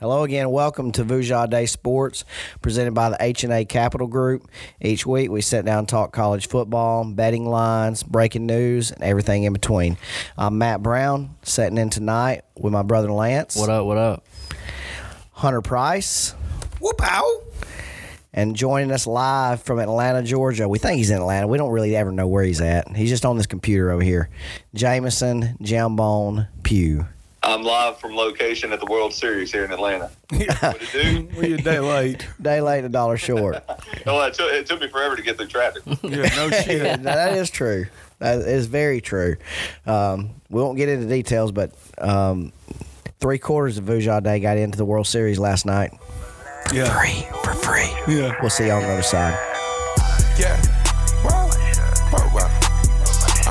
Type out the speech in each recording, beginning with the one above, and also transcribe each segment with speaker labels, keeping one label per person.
Speaker 1: Hello again. Welcome to Vujah Day Sports, presented by the H and A Capital Group. Each week, we sit down and talk college football, betting lines, breaking news, and everything in between. I'm Matt Brown, sitting in tonight with my brother Lance,
Speaker 2: What up? What up?
Speaker 1: Hunter Price,
Speaker 3: Whoop out.
Speaker 1: and joining us live from Atlanta, Georgia. We think he's in Atlanta. We don't really ever know where he's at. He's just on this computer over here. Jameson Jambone Pew.
Speaker 4: I'm live from location at the World Series here in Atlanta. what it do?
Speaker 3: We a day late.
Speaker 1: Day late, and a dollar short.
Speaker 4: Well, it took, it took me forever to get through traffic.
Speaker 3: Yeah, no shit.
Speaker 1: Now, that is true. That is very true. Um, we won't get into details, but um, three quarters of Vujah Day got into the World Series last night.
Speaker 3: Yeah.
Speaker 1: Free for free.
Speaker 3: Yeah.
Speaker 1: We'll see you on the other side.
Speaker 5: Yeah. Wow. Wow, wow.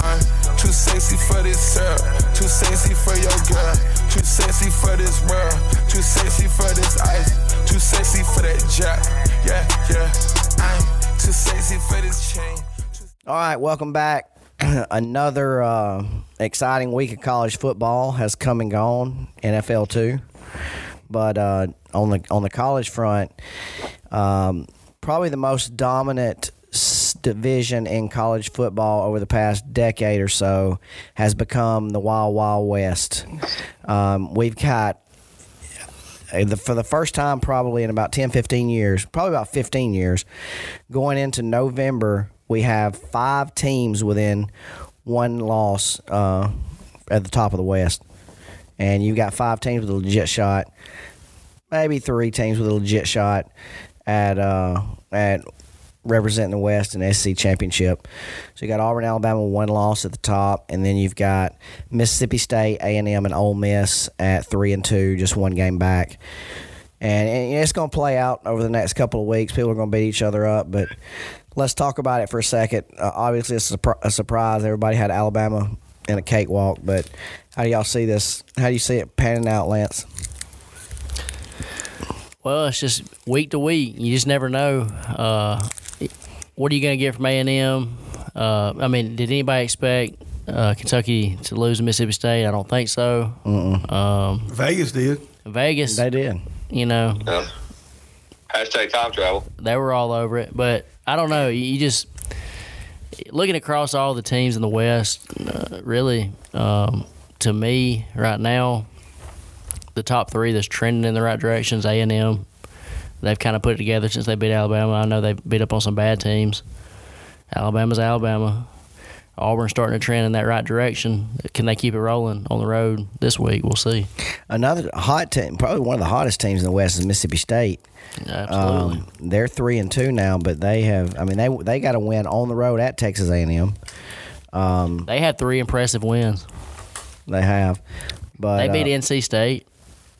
Speaker 5: I'm too sexy for this sir. Too sexy for your girl. Too sexy for this world. Too sexy for this ice. Too sexy for that jack. Yeah, yeah. I'm too sexy for this chain. Too-
Speaker 1: All right, welcome back. Another uh, exciting week of college football has come and gone. NFL too, but uh, on the on the college front, um, probably the most dominant s- division in college football over the past decade or so has become the Wild Wild West. Um, we've got uh, the, for the first time probably in about 10 15 years probably about 15 years going into november we have five teams within one loss uh, at the top of the west and you got five teams with a legit shot maybe three teams with a legit shot at uh, at representing the West and SC championship. So you got Auburn, Alabama, one loss at the top, and then you've got Mississippi State, A and M, and Ole Miss at three and two, just one game back. And, and it's going to play out over the next couple of weeks. People are going to beat each other up, but let's talk about it for a second. Uh, obviously, it's a, surpri- a surprise. Everybody had Alabama in a cakewalk, but how do y'all see this? How do you see it panning out, Lance?
Speaker 2: Well, it's just week to week. You just never know. Uh, what are you going to get from A and M? Uh, I mean, did anybody expect uh, Kentucky to lose to Mississippi State? I don't think so. Um,
Speaker 3: Vegas did.
Speaker 2: Vegas,
Speaker 1: They did.
Speaker 2: you know,
Speaker 4: Um, hashtag time travel.
Speaker 2: they were all over it. But I don't know. You, you just looking across all the teams in the West, uh, really, um, to me right now, the top three that's trending in the right directions. A and M, they've kind of put it together since they beat Alabama. I know they beat up on some bad teams. Alabama's Alabama. Auburn's starting to trend in that right direction. Can they keep it rolling on the road this week? We'll see.
Speaker 1: Another hot team, probably one of the hottest teams in the West is Mississippi State.
Speaker 2: Absolutely.
Speaker 1: Um, they're three and two now, but they have. I mean, they they got a win on the road at Texas A and M.
Speaker 2: they had three impressive wins.
Speaker 1: They have, but
Speaker 2: They
Speaker 1: uh,
Speaker 2: beat NC State.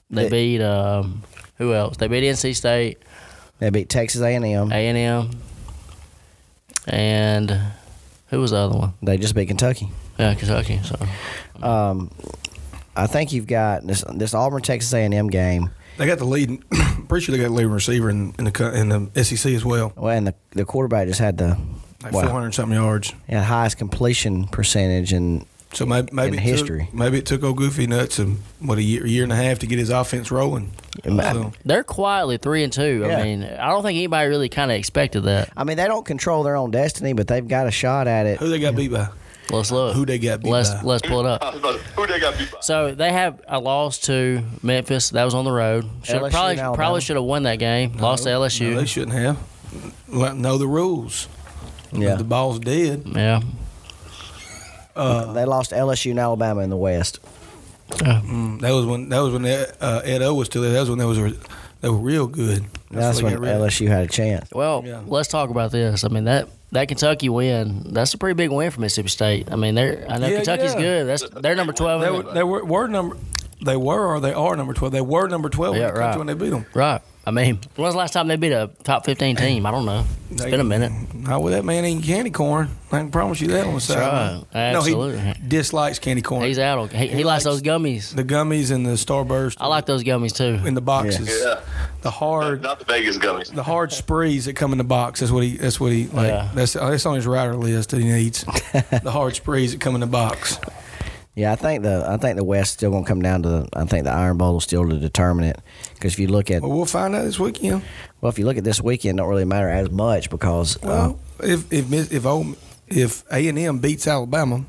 Speaker 2: They, beat um, who else? They beat NC State,
Speaker 1: they beat Texas A and M.
Speaker 2: A and M, and who was the other one?
Speaker 1: They just beat Kentucky. Um,
Speaker 2: Yeah, Kentucky. So
Speaker 1: I think you've got this this Auburn Texas A and M game.
Speaker 3: They got the leading. pretty sure they got the leading receiver in, in the co- in the SEC as well.
Speaker 1: Well, and the the quarterback just had the
Speaker 3: Like
Speaker 1: wow,
Speaker 3: 400 something yards.
Speaker 1: had the highest completion percentage and
Speaker 3: So maybe, maybe
Speaker 1: In
Speaker 3: it took-
Speaker 1: history.
Speaker 3: maybe it took old Goofy Nuts a, what a year, year and a half to get his offense rolling. So,
Speaker 2: they're quietly three and two.
Speaker 1: Yeah.
Speaker 2: I mean, I don't think anybody really kind of expected that.
Speaker 1: I mean, they don't control their own destiny, but they've got a shot at it.
Speaker 3: who they got beat by?
Speaker 2: Let's look.
Speaker 3: Who they got beat
Speaker 2: Let's
Speaker 3: by?
Speaker 2: let's pull it
Speaker 4: I
Speaker 2: up.
Speaker 4: was about to- Who they got beat by?
Speaker 2: So they have a loss to Memphis. That was on the road. Should
Speaker 1: LSU and
Speaker 2: probably
Speaker 1: Alabama.
Speaker 2: probably should have won that game. Lost to LSU.
Speaker 3: No, they shouldn't have. Let- Know the rules.
Speaker 1: Yeah.
Speaker 3: The ball's dead.
Speaker 2: yeah.
Speaker 3: uh,
Speaker 1: They lost LSU and Alabama in the West. Mm.
Speaker 3: That was when that was when uh, Ed O was still there. That was when they was re- they were real good.
Speaker 1: That's
Speaker 3: when
Speaker 1: when
Speaker 3: they got rid of-
Speaker 1: LSU had a chance.
Speaker 2: Well,
Speaker 3: Yeah.
Speaker 2: let's talk about this. I mean that that Kentucky win, that's a pretty big win for Mississippi State. I mean, they're I know
Speaker 3: Yeah,
Speaker 2: Kentucky's
Speaker 3: yeah.
Speaker 2: good. That's they're number twelve.
Speaker 3: They
Speaker 2: in
Speaker 3: were,
Speaker 2: the-
Speaker 3: they were, were number. They were or they are number twelve. They were number twelve
Speaker 2: Yeah,
Speaker 3: in the
Speaker 2: right.
Speaker 3: country when they beat them.
Speaker 2: right. I mean, when was the last time they beat a top fifteen team? I don't know. It's
Speaker 3: They-
Speaker 2: been a minute.
Speaker 3: Not with that man eating candy corn. I can promise you that on the side.
Speaker 2: right.
Speaker 3: No,
Speaker 2: Absolutely.
Speaker 3: he dislikes candy corn.
Speaker 2: He's out. On, he, he, likes those gummies.
Speaker 3: the gummies and the starburst.
Speaker 2: I like those gummies too.
Speaker 3: in the boxes.
Speaker 4: Yeah.
Speaker 3: The hard,
Speaker 4: Not the Vegas gummies.
Speaker 3: the hard sprees that come in the box. That's what he. That's what he. Like,
Speaker 2: Yeah.
Speaker 3: That's that's on his rider list that he needs. the hard sprees that come in the box.
Speaker 1: Yeah, I think the I think the West still gonna come down to the, I think the Iron Bowl is still the determinant because if you look at
Speaker 3: Well, we'll find out this weekend.
Speaker 1: well if you look at this weekend, it don't really matter as much because uh,
Speaker 3: Well, if if Miss- if Ole- if A and M beats Alabama,
Speaker 1: uh,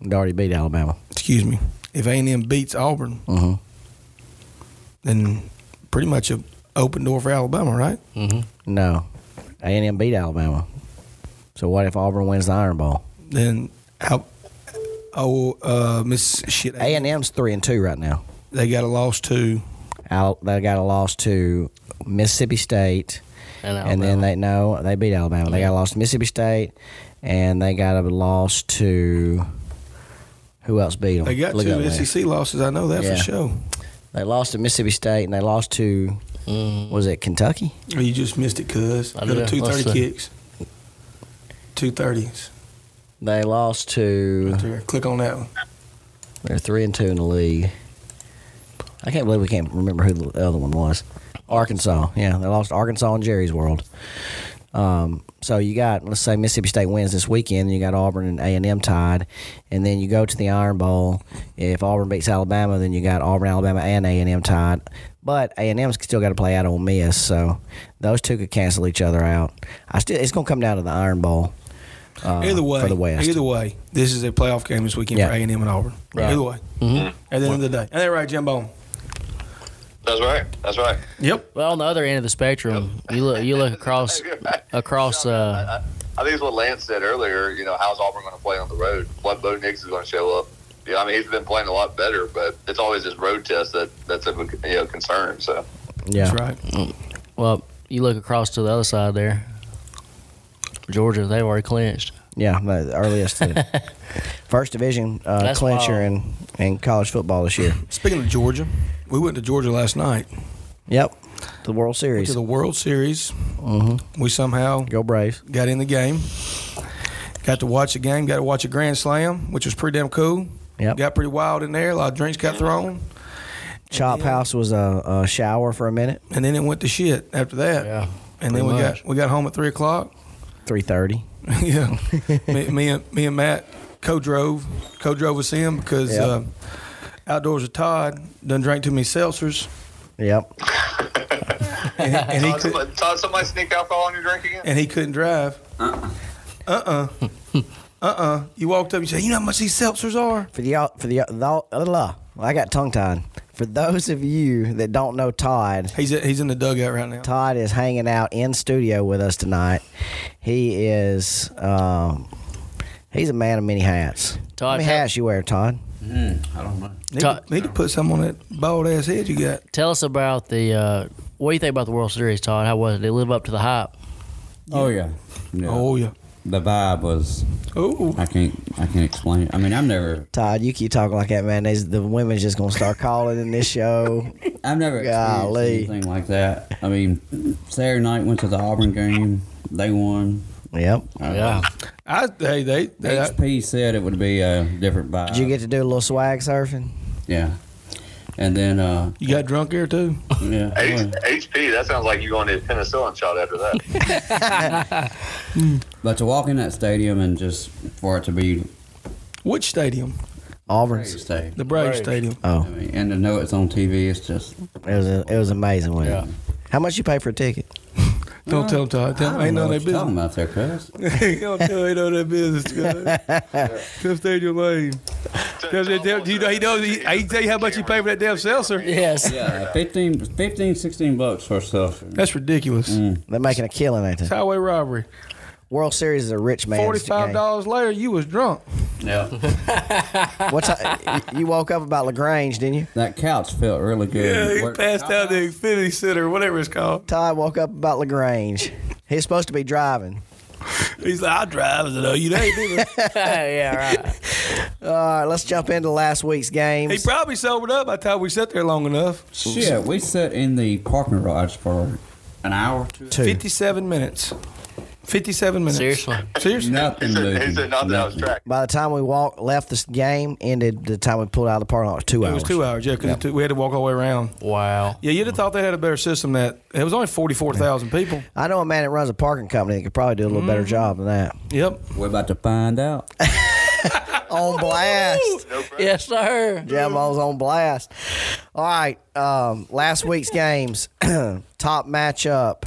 Speaker 1: they already beat Alabama.
Speaker 3: excuse me, if A and M beats Auburn,
Speaker 1: Mhm.
Speaker 3: then pretty much a open door for Alabama, right?
Speaker 1: No, A and M beat Alabama. So what if Auburn wins the Iron Bowl?
Speaker 3: Then Al, oh uh, Miss shit,
Speaker 1: A and M's three and two right now.
Speaker 3: they got a loss to
Speaker 1: Al, they got a loss to Mississippi State,
Speaker 2: And, uh,
Speaker 1: and then they no they beat Alabama. They got a loss to Mississippi State, and they got a loss to who else beat them?
Speaker 3: they got
Speaker 1: it up
Speaker 3: two
Speaker 1: later.
Speaker 3: SEC losses. I know that
Speaker 1: Yeah.
Speaker 3: for sure.
Speaker 1: They lost to Mississippi State, and they lost to
Speaker 2: mm.
Speaker 1: was it Kentucky?
Speaker 3: Oh, you just missed it, cuz.
Speaker 2: I
Speaker 3: Go to
Speaker 2: did.
Speaker 3: two thirty
Speaker 2: Let's see.
Speaker 3: kicks. Two thirties.
Speaker 1: They lost to
Speaker 3: Right there. Click on that one.
Speaker 1: they're three and two in the league. I can't believe we can't remember who the other one was. Arkansas, yeah, they lost to Arkansas in Jerry's World. Um, so you got let's say Mississippi State wins this weekend, you got Auburn and A and M tied, and then you go to the Iron Bowl. If Auburn beats Alabama, then you got Auburn, Alabama, and A and M tied. But A and M's still got to play out on Miss, so those two could cancel each other out. I still it's gonna come down to the Iron Bowl. uh,
Speaker 3: Either way,
Speaker 1: for the West,
Speaker 3: either way, this is a playoff game this weekend
Speaker 1: Yeah.
Speaker 3: for A and M and Auburn.
Speaker 1: Right. Mm-hmm.
Speaker 3: Either way, at the end of the day, and that right, Jimbo.
Speaker 4: That's right. That's right.
Speaker 3: Yep.
Speaker 2: Well, on the other end of the spectrum, you look you look across across. Uh,
Speaker 4: I think it's what Lance said earlier. You know, how's Auburn going to play on the road? What Bo Nix is going to show up? Yeah, I mean, he's been playing a lot better, but it's always his road test that that's a you know concern. So
Speaker 1: yeah,
Speaker 3: That's right.
Speaker 2: well, you look across to the other side there. Georgia, they've already clinched.
Speaker 1: Yeah, the the earliest. uh, first division uh,
Speaker 2: That's
Speaker 1: clincher
Speaker 2: wild.
Speaker 1: in, in college football this year.
Speaker 3: Speaking of Georgia, we went to Georgia last night
Speaker 1: Yep. The World
Speaker 3: to
Speaker 1: Series.
Speaker 3: the World Series.
Speaker 1: mm-hmm.
Speaker 3: We somehow
Speaker 1: Go Braves.
Speaker 3: got in the game. Got to watch the game. Got to watch a grand slam, which was pretty damn cool.
Speaker 1: Yep.
Speaker 3: Got pretty wild in there. A lot of drinks got thrown,
Speaker 1: Chop House was a, a shower for a minute.
Speaker 3: and then it went to shit after that.
Speaker 2: Yeah,
Speaker 3: And then we
Speaker 2: pretty
Speaker 3: got we got home at three o'clock.
Speaker 1: Three thirty.
Speaker 3: yeah, me, me and me and Matt co-drove, co-drove with him because
Speaker 1: Yeah.
Speaker 3: uh, outdoors with Todd done drank too many seltzers,
Speaker 1: Yep.
Speaker 3: and, he- and he
Speaker 4: Todd,
Speaker 3: could,
Speaker 4: somebody, Todd, somebody sneak alcohol on your drink again?
Speaker 3: and he couldn't drive. Uh uh-uh. uh. You walked up. You said, "You know how much these seltzers are."
Speaker 1: For the y'all- for the, the uh, I got tongue tied. For those of you that don't know Todd,
Speaker 3: He's he's in the dugout right now.
Speaker 1: Todd is hanging out in studio with us tonight. He is um, he's a man of many hats.
Speaker 2: Todd,
Speaker 1: How many
Speaker 2: tell-
Speaker 1: hats you wear, Todd?
Speaker 6: Hmm, I don't know.
Speaker 3: Need,
Speaker 2: Todd-
Speaker 3: to, need to put some on that bald ass head you got.
Speaker 2: tell us about the. Uh, what do you think about the World Series, Todd? How was it? Did it live up to the hype?
Speaker 6: Oh yeah. Yeah.
Speaker 3: Oh yeah.
Speaker 6: The vibe was
Speaker 3: Oh.
Speaker 6: I can't I can't explain. it. I mean I've never
Speaker 1: Todd, you keep talking like that, man. There's, the women's just gonna start calling in this show.
Speaker 6: I've never experienced
Speaker 1: Golly.
Speaker 6: anything like that. I mean Saturday night went to the Auburn game. They won.
Speaker 1: Yep.
Speaker 6: Uh,
Speaker 2: Yeah,
Speaker 3: I hey they, they I,
Speaker 6: HP said it would be a different vibe.
Speaker 1: Did you get to do a little swag surfing?
Speaker 6: yeah. And then uh
Speaker 3: you got drunk here too.
Speaker 6: yeah.
Speaker 4: H- HP, that sounds like you're going to need a penicillin shot after that.
Speaker 6: But to walk in that stadium and just for it to be
Speaker 3: Which stadium?
Speaker 1: Auburn's.
Speaker 6: stay.
Speaker 3: The Braves Stadium.
Speaker 6: I
Speaker 1: Oh,
Speaker 6: mean, and to know it's on TV, it's just
Speaker 1: it was a, it was amazing. Wasn't it?
Speaker 6: Yeah.
Speaker 1: How much you pay for a ticket?
Speaker 3: Don't tell them, Todd. Tell
Speaker 6: I
Speaker 3: them
Speaker 6: don't
Speaker 3: ain't
Speaker 6: know
Speaker 3: none
Speaker 6: what
Speaker 3: of their
Speaker 6: you're
Speaker 3: business.
Speaker 6: talking about there, cuz.
Speaker 3: don't tell ain't on that business, guys. Come stay your lane. Tell that damn, you know, he knows. He, I can tell you how much you pay for that damn seltzer.
Speaker 2: yes.
Speaker 6: Yeah, 15, 15 16 bucks for self.
Speaker 3: That's ridiculous.
Speaker 6: Mm.
Speaker 1: They're making a killing, ain't they?
Speaker 3: Highway robbery.
Speaker 1: World Series is a rich man.
Speaker 3: Forty-five dollars later, you was drunk.
Speaker 6: Yeah.
Speaker 1: What's you woke up about Lagrange, didn't you?
Speaker 6: That couch felt really good. Worked-
Speaker 3: out the Infinity Center, whatever it's called.
Speaker 1: Todd woke up about Lagrange. He's supposed to be driving.
Speaker 3: He's like, I drive as though you ain't even.
Speaker 2: yeah, right.
Speaker 1: All right, let's jump into last week's
Speaker 3: He
Speaker 1: games.
Speaker 3: probably sobered up by the time we sat there long enough.
Speaker 6: Shit, we sat in the parking garage for an hour. Two.
Speaker 1: Two.
Speaker 3: Fifty-seven minutes. Fifty-seven minutes.
Speaker 2: Seriously.
Speaker 3: Seriously.
Speaker 6: Nothing
Speaker 4: He said, he
Speaker 6: moving.
Speaker 4: said not that I was
Speaker 6: nothing.
Speaker 4: tracked.
Speaker 1: By the time we walked, left this game, ended the time we pulled out of the parking lot was two
Speaker 3: It
Speaker 1: hours.
Speaker 3: was two hours, yeah, because we had to walk all the way around.
Speaker 2: Wow.
Speaker 3: Yeah, you'd have thought they had a better system. That it was only forty-four thousand people.
Speaker 1: I know a man that Mm. runs a parking company that could probably do a little better job than that.
Speaker 3: Yep.
Speaker 6: We're about to find out.
Speaker 1: on blast.
Speaker 4: No pressure.
Speaker 2: Yes, sir.
Speaker 1: Jambo's on blast. All right. Um, last week's games, top matchup,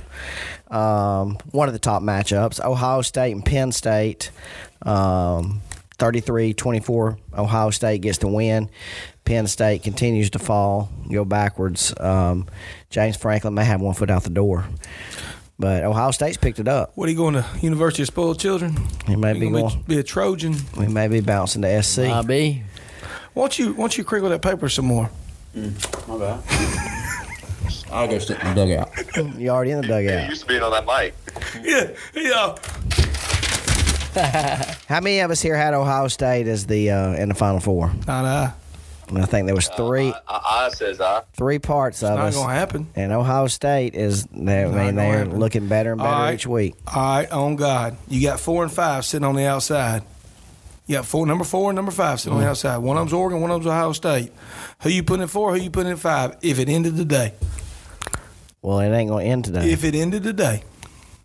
Speaker 1: um, one of the top matchups Ohio State and Penn State. Um, 33 24. Ohio State gets the win. Penn State continues to fall, go backwards. Um, James Franklin may have one foot out the door. But Ohio State's picked it up.
Speaker 3: What are you going to University of Spoiled Children?
Speaker 1: He may
Speaker 3: You
Speaker 1: be
Speaker 3: gonna
Speaker 1: going.
Speaker 3: be a Trojan.
Speaker 1: We may be bouncing to SC.
Speaker 2: I be.
Speaker 3: Won't you won't you crinkle that paper some more?
Speaker 6: My bad. I'll go sit in the dugout.
Speaker 1: you already in the
Speaker 4: You
Speaker 1: dugout.
Speaker 4: used to being on that mic.
Speaker 3: Yeah, yeah.
Speaker 1: How many of us here had Ohio State as the uh, in the Final Four?
Speaker 3: Nah, nah. It's
Speaker 1: And I think there was three
Speaker 4: I, I says I.
Speaker 1: three parts of
Speaker 3: not
Speaker 1: us.
Speaker 3: gonna happen.
Speaker 1: And Ohio State is they, I
Speaker 3: Not
Speaker 1: mean
Speaker 3: gonna
Speaker 1: they're
Speaker 3: happen.
Speaker 1: looking better and better
Speaker 3: All right.
Speaker 1: each week.
Speaker 3: All right, on God, you got four and five sitting on the outside. You got four, number four and number five sitting on the outside. One of them's Oregon, one of them's Ohio State. Who you putting in four? Who you putting in five? If it ended today,
Speaker 1: Well, it ain't going to end today.
Speaker 3: if it ended today,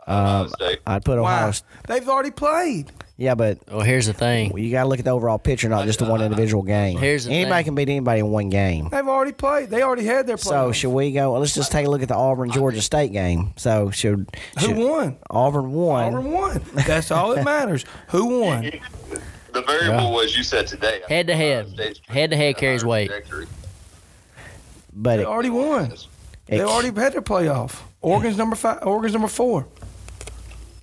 Speaker 4: Ohio State.
Speaker 1: I'd put Ohio.
Speaker 3: why?
Speaker 1: St-
Speaker 3: They've already played.
Speaker 1: Yeah, but
Speaker 2: Well, here's the thing.
Speaker 1: you got to look at the overall picture, not just the
Speaker 3: Uh,
Speaker 1: one individual game.
Speaker 2: Here's the
Speaker 1: anybody
Speaker 2: thing.
Speaker 1: can beat anybody in one game.
Speaker 3: They've already played. They already had their play.
Speaker 1: So should we go? Let's just take a look at the Auburn Georgia State game. So should,
Speaker 3: Who
Speaker 1: should-
Speaker 3: won?
Speaker 1: Auburn won.
Speaker 3: Auburn won. That's all that matters. Who won?
Speaker 4: The variable was you said today. Uh,
Speaker 2: Head to head. Head to head carries weight.
Speaker 1: but
Speaker 3: They
Speaker 1: it,
Speaker 3: already won. They
Speaker 1: it-
Speaker 3: already had their playoff. Oregon's number five. Oregon's number four.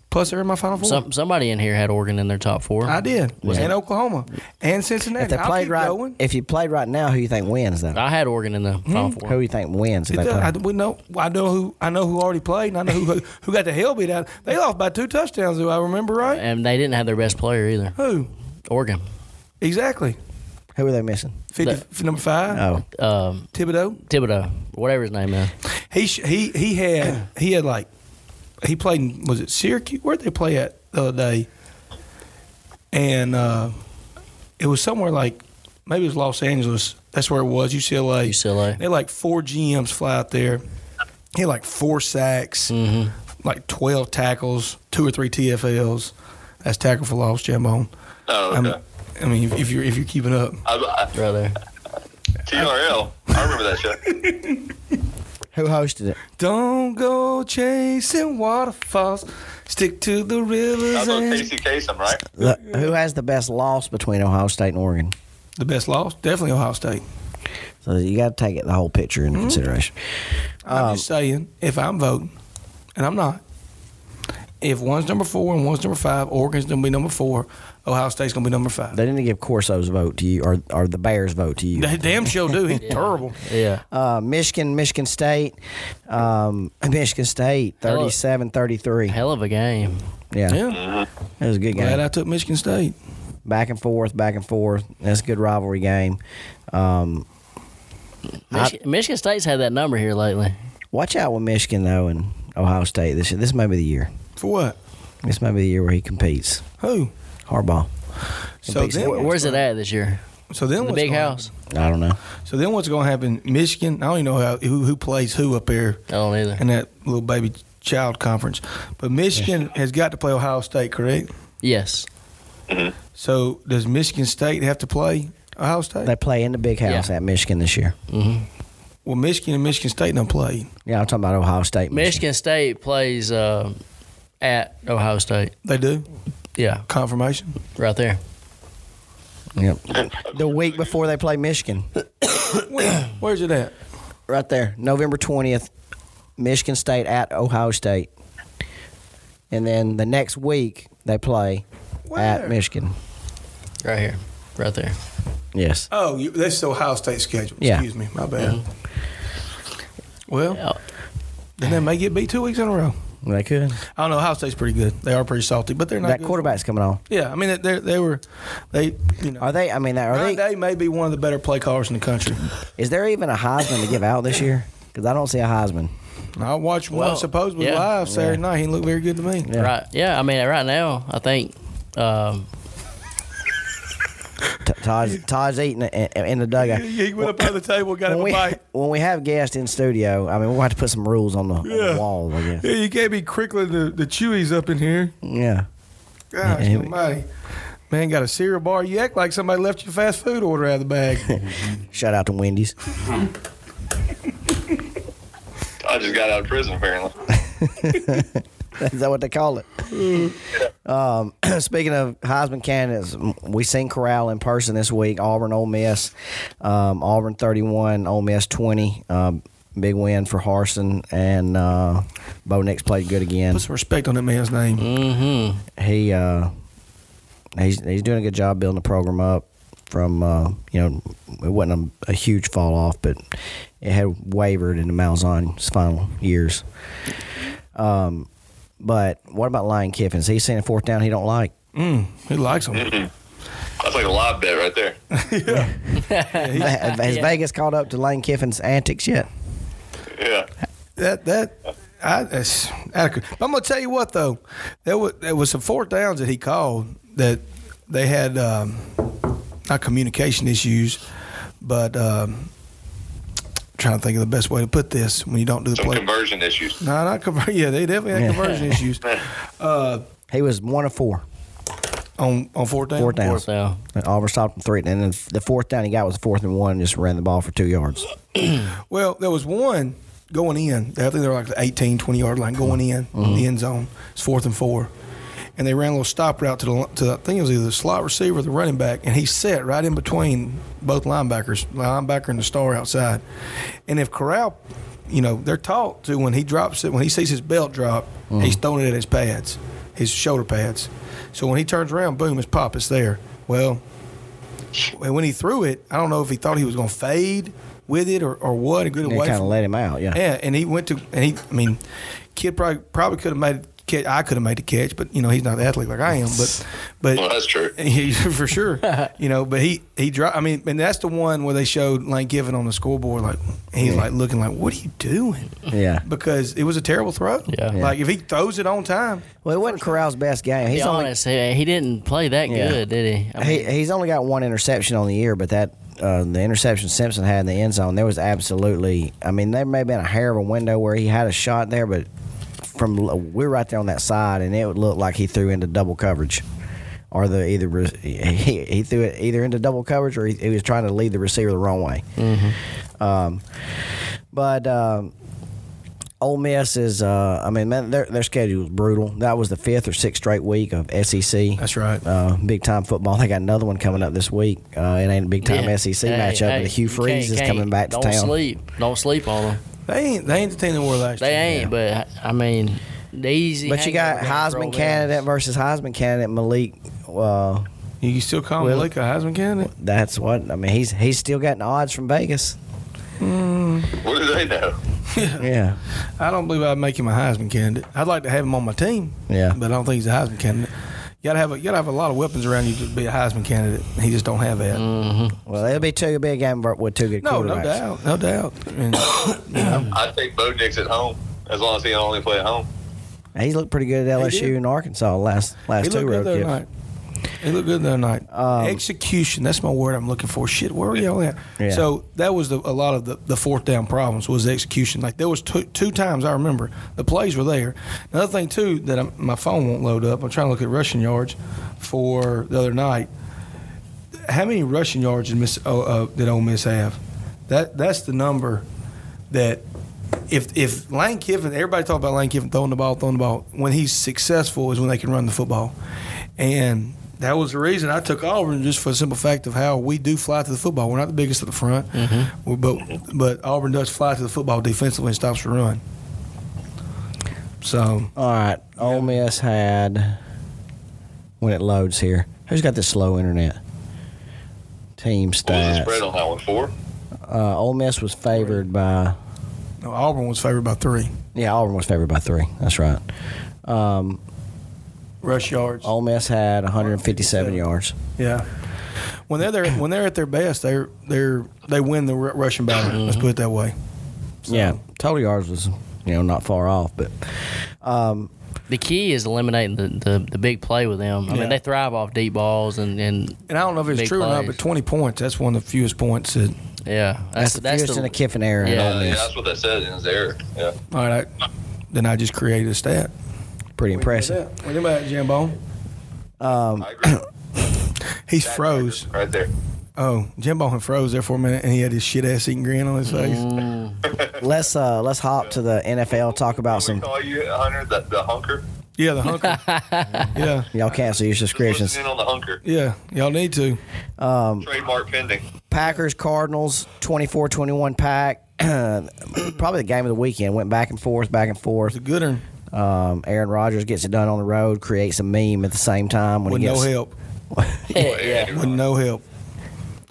Speaker 3: Plus, they're in my final four.
Speaker 2: Some, somebody in here had Oregon in their top four.
Speaker 3: I did.
Speaker 2: Was
Speaker 3: and Oklahoma and Cincinnati.
Speaker 1: if they
Speaker 3: I'll
Speaker 1: played
Speaker 3: keep
Speaker 1: right,
Speaker 3: going.
Speaker 1: if you played right now, who you think wins though?
Speaker 2: I had Oregon in the
Speaker 3: Hmm.
Speaker 2: final four.
Speaker 1: Who you think wins? If
Speaker 3: It
Speaker 1: they
Speaker 3: does-
Speaker 1: play?
Speaker 3: I, we know. I know who. I know who already played, and I know who who got the hell beat out. They lost by two touchdowns. Do I remember right?
Speaker 2: And they didn't have their best player either.
Speaker 3: Who
Speaker 2: Oregon.
Speaker 3: exactly?
Speaker 1: Who are they missing?
Speaker 3: 50, number five.
Speaker 1: Oh,
Speaker 2: Um,
Speaker 3: Thibodeau.
Speaker 2: Thibodeau, whatever his name is.
Speaker 3: He sh- he he had he had like he played. In, was it Syracuse? Where'd they play at the other day? And uh, it was somewhere like maybe it was Los Angeles. That's where it was. UCLA.
Speaker 2: UCLA.
Speaker 3: They had like four GMs fly out there. He had like four sacks,
Speaker 4: Mm-hmm.
Speaker 3: like twelve tackles, two or three TFLs. That's tackle for loss, Jambone.
Speaker 4: Oh, okay.
Speaker 3: I mean, I mean, if, if you're if you're keeping up,
Speaker 4: I, I,
Speaker 2: Right there.
Speaker 4: TRL. I remember that show.
Speaker 1: who hosted it?
Speaker 3: don't go chasing waterfalls. Stick to the
Speaker 4: I
Speaker 3: rivers.
Speaker 4: thought
Speaker 3: and-
Speaker 4: Casey Kasem, right?
Speaker 1: Look, who has the best loss between Ohio State and Oregon?
Speaker 3: The best loss, definitely Ohio State.
Speaker 1: So you got to take it the whole picture into consideration.
Speaker 3: I'm
Speaker 2: Um,
Speaker 3: just saying, if I'm voting, and I'm not, if one's number four and one's number five, Oregon's gonna be number four, Ohio State's gonna be number five.
Speaker 1: They didn't give Corso's vote to you, or or the Bears' vote to you.
Speaker 3: They damn sure do. He's terrible.
Speaker 2: Yeah.
Speaker 1: Uh, Michigan, Michigan State, um, Michigan State,
Speaker 2: Hello.
Speaker 1: 37-33.
Speaker 2: Hell of a game.
Speaker 1: Yeah,
Speaker 3: Yeah,
Speaker 1: it was a good
Speaker 3: glad
Speaker 1: game.
Speaker 3: I took Michigan State.
Speaker 1: Back and forth, back and forth. That's a good rivalry game. Um,
Speaker 2: Michi- Michigan State's had that number here lately.
Speaker 1: watch out with Michigan though and Ohio State this year. This may be the year.
Speaker 3: For what?
Speaker 1: This may be the year where he competes.
Speaker 3: Who?
Speaker 1: Hardball.
Speaker 3: So
Speaker 1: Big
Speaker 3: then,
Speaker 1: Sky.
Speaker 2: Where's it at this year?
Speaker 3: so then
Speaker 2: The
Speaker 3: what's
Speaker 2: big
Speaker 3: gonna-
Speaker 2: house?
Speaker 1: I don't know.
Speaker 3: So then, what's gonna happen? Michigan. I don't even know how, who who plays who up there
Speaker 2: I don't either.
Speaker 3: in that little baby child conference, but Michigan has got to play Ohio State, correct?
Speaker 2: Yes.
Speaker 3: So does Michigan State have to play Ohio State?
Speaker 1: They play in the big house
Speaker 2: Yeah.
Speaker 1: at Michigan this year.
Speaker 3: Well, Michigan and Michigan State done played.
Speaker 1: Yeah, I'm talking about Ohio State.
Speaker 2: Michigan State plays uh, at Ohio State.
Speaker 3: They do
Speaker 2: Yeah,
Speaker 3: confirmation.
Speaker 2: right there.
Speaker 1: Yep. The week before they play Michigan,
Speaker 3: Where's it at?
Speaker 1: right there, November twentieth, Michigan State at Ohio State, and then the next week they play
Speaker 3: Where?
Speaker 1: at Michigan.
Speaker 2: Right here. Right there.
Speaker 1: Yes.
Speaker 3: Oh, you, that's the Ohio State schedule.
Speaker 1: Yeah.
Speaker 3: Excuse me, my bad. Well,
Speaker 2: Yeah.
Speaker 3: then they may get beat two weeks in a row.
Speaker 1: They could.
Speaker 3: I don't know. Ohio State's pretty good. They are pretty salty, but they're not
Speaker 1: That
Speaker 3: good.
Speaker 1: quarterback's coming on.
Speaker 3: Yeah, I mean they they were, they you know
Speaker 1: Are they? I mean, are
Speaker 3: Ryan
Speaker 1: they?
Speaker 3: Day may be one of the better play callers in the country.
Speaker 1: Is there even a Heisman to give out this year? Because I don't see a Heisman.
Speaker 3: I watched one
Speaker 2: Well,
Speaker 3: supposedly
Speaker 2: yeah.
Speaker 3: live Saturday night. He didn't look very good to me.
Speaker 1: Yeah.
Speaker 2: Right. Yeah. I mean, right now, I think. Um,
Speaker 1: T- Todd's, Todd's eating in, in the dugout.
Speaker 3: He went up on the table, got him
Speaker 1: When
Speaker 3: a
Speaker 1: we,
Speaker 3: bite.
Speaker 1: when we have guests in studio, I mean, we'll have to put some rules on the, on the
Speaker 3: Yeah.
Speaker 1: wall, I guess.
Speaker 3: Yeah, you can't be crickling the, the chewies up in here.
Speaker 1: Yeah.
Speaker 3: Gosh,
Speaker 1: Yeah,
Speaker 3: almighty. Man, got a cereal bar. You act like somebody left your fast food order out of the bag.
Speaker 1: Shout out to Wendy's.
Speaker 4: I just got out of prison apparently.
Speaker 1: Is that what they call it?
Speaker 3: Mm-hmm.
Speaker 1: Um, speaking of Heisman candidates, m- we seen Corral in person this week. Auburn, Ole Miss, um, Auburn thirty-one, Ole Miss twenty. Um, big win for Harson, and uh, Bo Nix played good again.
Speaker 3: Put some respect on that man's name.
Speaker 1: Mm-hmm. He uh, he's he's doing a good job building the program up. From uh, you know, it wasn't a, a huge fall off, but it had wavered in the Malzahn's final years. Um, but what about Lion Kiffins? He's seeing a fourth down he don't like.
Speaker 3: Mm, he likes him.
Speaker 4: That's like a live bet right there.
Speaker 1: Has Vegas caught up to Lane Kiffin's antics yet?
Speaker 4: Yeah.
Speaker 3: that that I that's adequate. But I'm gonna tell you what though, there was there was some fourth downs that he called that they had um, not communication issues, but um, trying to think of the best way to put this when you don't do the
Speaker 4: Some
Speaker 3: play.
Speaker 4: conversion issues.
Speaker 3: No, not conversion. Yeah, they definitely had
Speaker 1: Yeah.
Speaker 3: conversion issues
Speaker 1: He was one of four,
Speaker 3: on on fourth down.
Speaker 1: four downs.
Speaker 2: Fourth down.
Speaker 1: And Auburn stopped him three, and then the fourth down he got was fourth and one, and just ran the ball for two yards.
Speaker 3: Well, there was one going in. I think they were like the 18, 20 yard line going in, the end zone. It's fourth and four. And they ran a little stop route to the, to the, I think it was either the slot receiver or the running back. And he set right in between both linebackers, linebacker and the star outside. And if Corral, you know, they're taught to when he drops it, when he sees his belt drop, he's throwing it at his pads, his shoulder pads. So when he turns around, boom, his pop is there. Well, and when he threw it, I don't know if he thought he was going to fade with it or, or what. A good
Speaker 1: And
Speaker 3: away.
Speaker 1: kind of
Speaker 3: from-
Speaker 1: let him out. Yeah.
Speaker 3: yeah, and he went to and he. I mean, kid probably probably could have made catch. I could have made the catch, but you know he's not an athlete like I am. But but
Speaker 4: Well, that's true.
Speaker 3: he, for sure, you know. But he he dropped. I mean, and that's the one where they showed Lane Given on the scoreboard. Like he's like looking like, what are you doing?
Speaker 1: Yeah.
Speaker 3: Because it was a terrible throw.
Speaker 2: Yeah. Yeah.
Speaker 3: Like if he throws it on time,
Speaker 1: Well, it wasn't Corral's best game.
Speaker 2: Be
Speaker 1: He's only
Speaker 2: honest, he, he didn't play that
Speaker 1: Yeah.
Speaker 2: good, did he? I mean,
Speaker 1: He, he's only got one interception on the year, but that uh, the interception Simpson had in the end zone, there was absolutely. I mean, there may have been a hair of a window where he had a shot there, but from we were right there on that side, and it would look like he threw into double coverage, or the either re- he, he threw it either into double coverage or he, he was trying to lead the receiver the wrong way.
Speaker 2: Mm-hmm.
Speaker 1: Um, but. Um, Ole Miss is, uh, I mean, man, their, their schedule is brutal. That was the fifth or sixth straight week of E SEC.
Speaker 3: That's right.
Speaker 1: Uh, big time football. They got another one coming up this week. Uh, it ain't a big time
Speaker 2: yeah.
Speaker 1: SEC
Speaker 2: Hey,
Speaker 1: matchup,
Speaker 2: hey,
Speaker 1: but Hugh
Speaker 2: you
Speaker 1: Freeze
Speaker 2: can't-
Speaker 1: is
Speaker 2: can't-
Speaker 1: coming back to
Speaker 2: don't
Speaker 1: town.
Speaker 2: sleep. Don't sleep on them.
Speaker 3: they ain't they ain't the team that wore last
Speaker 2: They
Speaker 3: year.
Speaker 2: ain't, but I mean, the easy.
Speaker 1: But you got Heisman candidate versus Heisman candidate Malik. Uh,
Speaker 3: You still call
Speaker 1: Well-
Speaker 3: Malik a Heisman candidate?
Speaker 1: that's what I mean. He's he's still getting odds from Vegas.
Speaker 4: What do they know?
Speaker 1: Yeah,
Speaker 3: I don't believe I'd make him a Heisman candidate. I'd like to have him on my team.
Speaker 1: Yeah.
Speaker 3: But I don't think he's a Heisman candidate. You gotta have a, you gotta have a lot of weapons around you to be a Heisman candidate. He just don't have that.
Speaker 1: Well, it'll be two. It'll be a game with two good
Speaker 3: no,
Speaker 1: Mm. quarterbacks.
Speaker 3: no doubt, no doubt. And
Speaker 4: I take Bo Nix at home as long as he only play at home.
Speaker 1: He's looked pretty good at
Speaker 3: He did.
Speaker 1: LSU and Arkansas last
Speaker 3: he
Speaker 1: last
Speaker 3: looked
Speaker 1: two
Speaker 3: good
Speaker 1: road
Speaker 3: the other
Speaker 1: trips.
Speaker 3: night. He looked good the other night. Execution, that's my word I'm looking for. Shit, where are y'all at?
Speaker 1: Yeah.
Speaker 3: So that was the, a lot of the, the fourth down problems was the execution. Like there was two, two times I remember the plays were there. Another thing too that I'm, my phone won't load up. I'm trying to look at rushing yards for the other night. How many rushing yards did Miss oh, uh, did Ole Miss have? That that's the number that if if Lane Kiffin, everybody talk about Lane Kiffin throwing the ball, throwing the ball. When he's successful is when they can run the football, and that was the reason I took Auburn just for the simple fact of how we do fly to the football. We're not the biggest at the front, we- but but Auburn does fly to the football defensively and stops the run. So
Speaker 1: All right, Ole Miss had when it loads here. Who's got this slow internet? Team
Speaker 4: What was the
Speaker 1: stats.
Speaker 4: spread on that one? Four?
Speaker 1: Uh, Ole Miss was favored by.
Speaker 3: no, Auburn was favored by three
Speaker 1: Yeah, Auburn was favored by three. That's right. Um,
Speaker 3: rush yards.
Speaker 1: Ole Miss had 157 yards.
Speaker 3: Yeah. When they're there, when they're at their best, they're they're they win the r- rushing battle. Let's put it that way.
Speaker 1: Yeah, total yards was you know not far off, but um,
Speaker 2: The key is eliminating the, the, the big play with them. I
Speaker 3: Yeah.
Speaker 2: mean, they thrive off deep balls and, and
Speaker 3: And I don't know if it's
Speaker 2: Big
Speaker 3: true or not,
Speaker 2: plays.
Speaker 3: but 20 points, that's one of the fewest points. That,
Speaker 2: yeah,
Speaker 1: that's, the fewest in the Kiffin era.
Speaker 2: Yeah.
Speaker 1: Yeah,
Speaker 4: Uh, yeah, that's what that said. It was there. Yeah.
Speaker 3: all right, I, then I just created a stat.
Speaker 1: pretty impressive.
Speaker 3: What about Jambone?
Speaker 4: I agree.
Speaker 3: He's
Speaker 4: That
Speaker 3: froze.
Speaker 4: right there.
Speaker 3: Oh, Jim Bohan froze there for a minute, and he had his shit ass eating grin on his face.
Speaker 1: Let's uh let's hop to the NFL. Talk
Speaker 4: What
Speaker 1: about
Speaker 4: do we
Speaker 1: some.
Speaker 4: Call you uh, Hunter the, the hunker.
Speaker 3: Yeah, the hunker. yeah,
Speaker 1: Y'all cancel your subscriptions.
Speaker 4: Listen in on the hunker.
Speaker 3: yeah. Y'all need to.
Speaker 1: Um,
Speaker 4: Trademark pending.
Speaker 1: Packers Cardinals 24-21 pack. Probably the game of the weekend. Went back and forth, back and
Speaker 3: It's a
Speaker 1: forth.
Speaker 3: good one
Speaker 1: Um, Aaron Rodgers gets it done on the road, creates a meme at the same time when
Speaker 3: with
Speaker 1: he
Speaker 3: no
Speaker 1: gets
Speaker 3: help.
Speaker 2: yeah.
Speaker 3: With no help.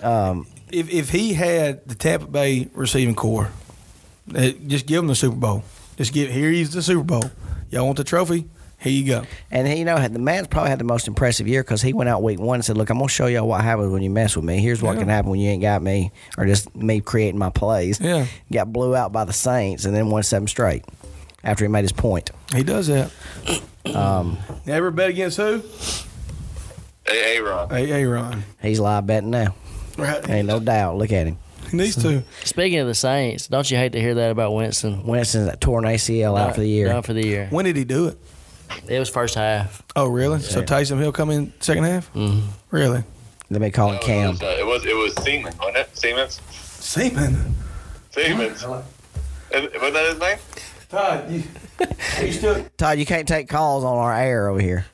Speaker 3: Um, if if he had the Tampa Bay receiving core, eh, just give him the Super Bowl. Just give here he's the Super Bowl. Y'all want the trophy? Here you go.
Speaker 1: And he, you know, had- the man's probably had the most impressive year because he went out week one and said, "Look, I'm gonna show y'all what happens when you mess with me. Here's what
Speaker 3: Yeah.
Speaker 1: can happen when you ain't got me, or just me creating my plays."
Speaker 3: Yeah.
Speaker 1: Got blew out by the Saints and then won seven straight after he made his point.
Speaker 3: He does that. Um, Never bet against who?
Speaker 4: Hey, hey, Ron.
Speaker 3: Hey, Aaron.
Speaker 1: He's live betting now.
Speaker 3: Right.
Speaker 1: Ain't no doubt. Look at him.
Speaker 3: He needs to.
Speaker 2: Speaking of the Saints, don't you hate to hear that about Winston?
Speaker 1: Winston's torn ACL out for the year.
Speaker 2: Out for the year.
Speaker 3: When did he do it?
Speaker 2: It was first half.
Speaker 3: Oh, really? So Tyson Hill come in second half? Mm-hmm. Really?
Speaker 1: They may call him
Speaker 4: It
Speaker 1: Cam.
Speaker 4: was, uh, it was it was Seaman, wasn't it? Siemens.
Speaker 3: Seaman.
Speaker 4: Siemens. Is- Wasn't that his name?
Speaker 3: Todd, you, you still
Speaker 1: Todd, you can't take calls on our air over here.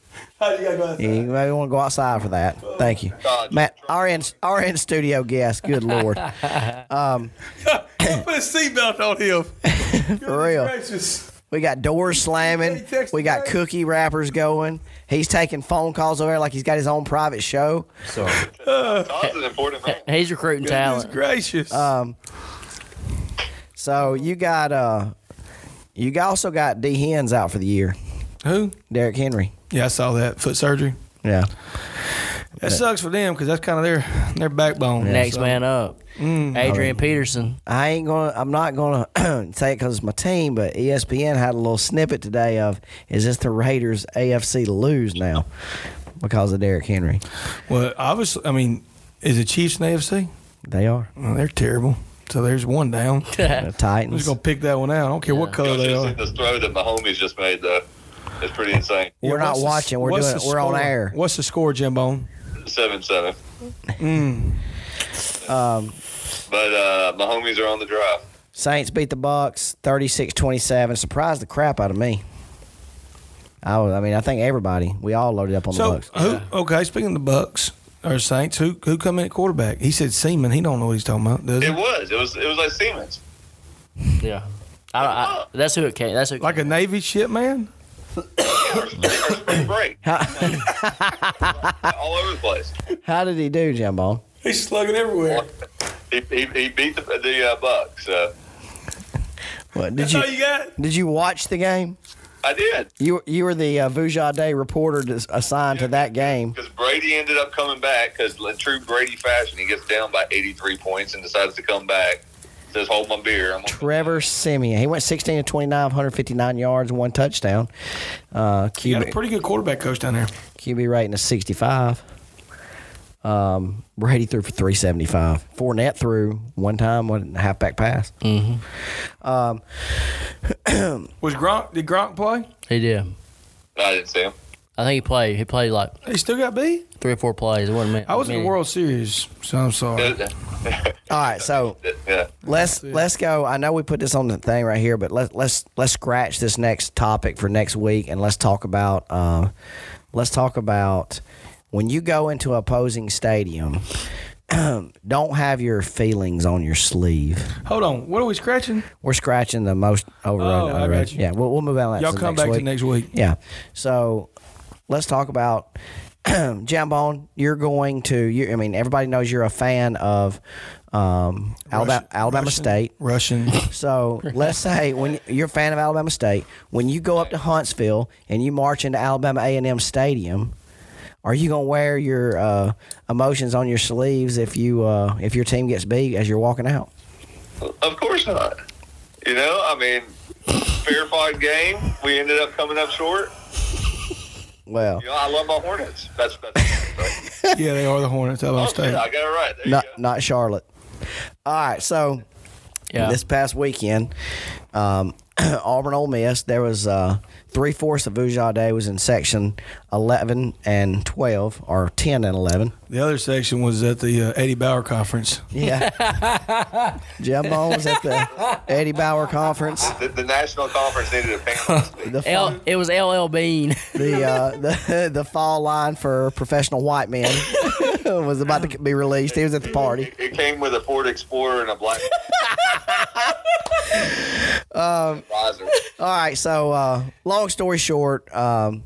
Speaker 3: Todd, you gotta go
Speaker 1: You maybe want to go outside for that. Thank you,
Speaker 4: Todd,
Speaker 1: Matt. Our in, our in studio guest. Good lord,
Speaker 3: Put a seatbelt on him.
Speaker 1: for real.
Speaker 3: Gracious.
Speaker 1: We got doors slamming. We got cookie wrappers going. He's taking phone calls over there like he's got his own private show.
Speaker 4: Todd's an important man.
Speaker 2: He's recruiting
Speaker 3: Goodness
Speaker 2: talent.
Speaker 3: gracious.
Speaker 1: Um, So you got uh, you got- also got D Hens out for the year.
Speaker 3: Who?
Speaker 1: Derrick Henry.
Speaker 3: Yeah, I saw that foot surgery.
Speaker 1: Yeah.
Speaker 3: That sucks for them because that's kind of their their backbone.
Speaker 2: Next
Speaker 3: So-
Speaker 2: man up,
Speaker 3: Mm.
Speaker 2: Adrian Peterson.
Speaker 1: I ain't gonna. I'm not gonna say it because it's my team, but E ESPN had a little snippet today of is this the Raiders AFC to lose now because of Derrick Henry?
Speaker 3: Well, obviously, I mean, is the Chiefs in the AFC?
Speaker 1: They are
Speaker 3: Well, they're terrible. So there's one down.
Speaker 1: the
Speaker 3: I'm just
Speaker 1: Titans.
Speaker 3: gonna pick that one out. I don't care what color
Speaker 4: Just
Speaker 3: they
Speaker 4: in
Speaker 3: are.
Speaker 4: this throw that my homies just made though. It's pretty insane.
Speaker 1: We're
Speaker 3: Yeah,
Speaker 1: not
Speaker 3: what's the-
Speaker 1: watching. We're
Speaker 3: what's
Speaker 1: doing.
Speaker 3: the
Speaker 1: We're on
Speaker 3: score?
Speaker 1: air.
Speaker 3: What's the score, Jimbo?
Speaker 4: Seven seven.
Speaker 1: Mm.
Speaker 4: But uh, my homies are on the drive.
Speaker 1: Saints beat the Bucks 36-27. Surprised the crap out of me. I was, I mean, I think everybody, we all loaded up on the
Speaker 3: So
Speaker 1: Bucks.
Speaker 3: who? Okay, speaking of the Bucks or Saints, who who come in at quarterback? He said Seaman. He don't know what he's talking about, does he?
Speaker 4: It was. It was. It was like Siemens.
Speaker 2: Yeah. I, I, that's who it came. That's who. It
Speaker 3: Like a Navy ship man.
Speaker 4: Spring break. All over the place.
Speaker 1: How did he do, Jumbo?
Speaker 3: He's slugging everywhere.
Speaker 4: He, he, he beat the the uh, Bucks. So
Speaker 1: What, did you
Speaker 3: got?
Speaker 1: did you watch the game?
Speaker 4: I did
Speaker 1: You you were the uh, Vujade reporter that's assigned to that game.
Speaker 4: because Brady ended up coming back because in true Brady fashion, he gets down by 83 points and decides to come back. Says, "Hold my beer." I'm gonna-"
Speaker 1: Trevor Simeon. He went 16 to 29, 159 yards, one touchdown. Uh,
Speaker 3: Got a
Speaker 1: QB,
Speaker 3: pretty good quarterback coach down there.
Speaker 1: QB rating is 65. Um, Brady threw for 375. Fournette threw one time, one halfback pass.
Speaker 3: Mm. Was Gronk? Did Gronk play?
Speaker 2: He did.
Speaker 4: I didn't see him.
Speaker 2: I think he played. He played like
Speaker 3: He still got beat.
Speaker 2: three or four plays. It wasn't. ma-
Speaker 3: I was in
Speaker 2: many.
Speaker 3: the World Series, so I'm sorry.
Speaker 1: All right, so
Speaker 4: uh, yeah.
Speaker 1: Let's let's go. I know we put this on the thing right here, but let's let's let's scratch this next topic for next week, and let's talk about uh, let's talk about when you go into opposing stadium. don't have your feelings on your sleeve.
Speaker 3: Hold on. What are we scratching?
Speaker 1: We're scratching the most overrun.
Speaker 3: Oh, I got
Speaker 1: overrated.
Speaker 3: you.
Speaker 1: Yeah, we'll, we'll move on. to that
Speaker 3: Y'all
Speaker 1: to
Speaker 3: come back to next week.
Speaker 1: Yeah. So let's talk about Jambone. You're going to. You, I mean, everybody knows you're a fan of um, Alabama, Alabama State.
Speaker 3: Russian.
Speaker 1: So let's say when you're a fan of Alabama State, when you go up to Huntsville and you march into Alabama A and M Stadium, are you gonna wear your uh, emotions on your sleeves if you uh, if your team gets beat as you're walking out?
Speaker 4: Of course not. You know, I mean, fair fought game. We ended up coming up short.
Speaker 1: Well,
Speaker 4: You know, I love my Hornets. That's that's. that's
Speaker 3: yeah, they are the Hornets. Alabama
Speaker 4: oh,
Speaker 3: State.
Speaker 4: yeah, I got it right. There
Speaker 1: not
Speaker 4: you go.
Speaker 1: not Charlotte. All right, so
Speaker 2: Yeah.
Speaker 1: this past weekend, um, Auburn Ole Miss. There was uh, three fourths of Ujade was in section eleven and twelve, or ten and eleven.
Speaker 3: The other section was at the uh, Eddie Bauer conference.
Speaker 1: Yeah, Jim Bone was at the Eddie Bauer conference.
Speaker 4: The, the national conference needed a panelist.
Speaker 1: The fall,
Speaker 2: L, it was LL Bean.
Speaker 1: the, uh, the the fall line for professional white men was about to be released. He was at the party.
Speaker 4: It, it came with a Ford Explorer and a black.
Speaker 1: All
Speaker 4: um,
Speaker 1: right. So, uh, long story short, um,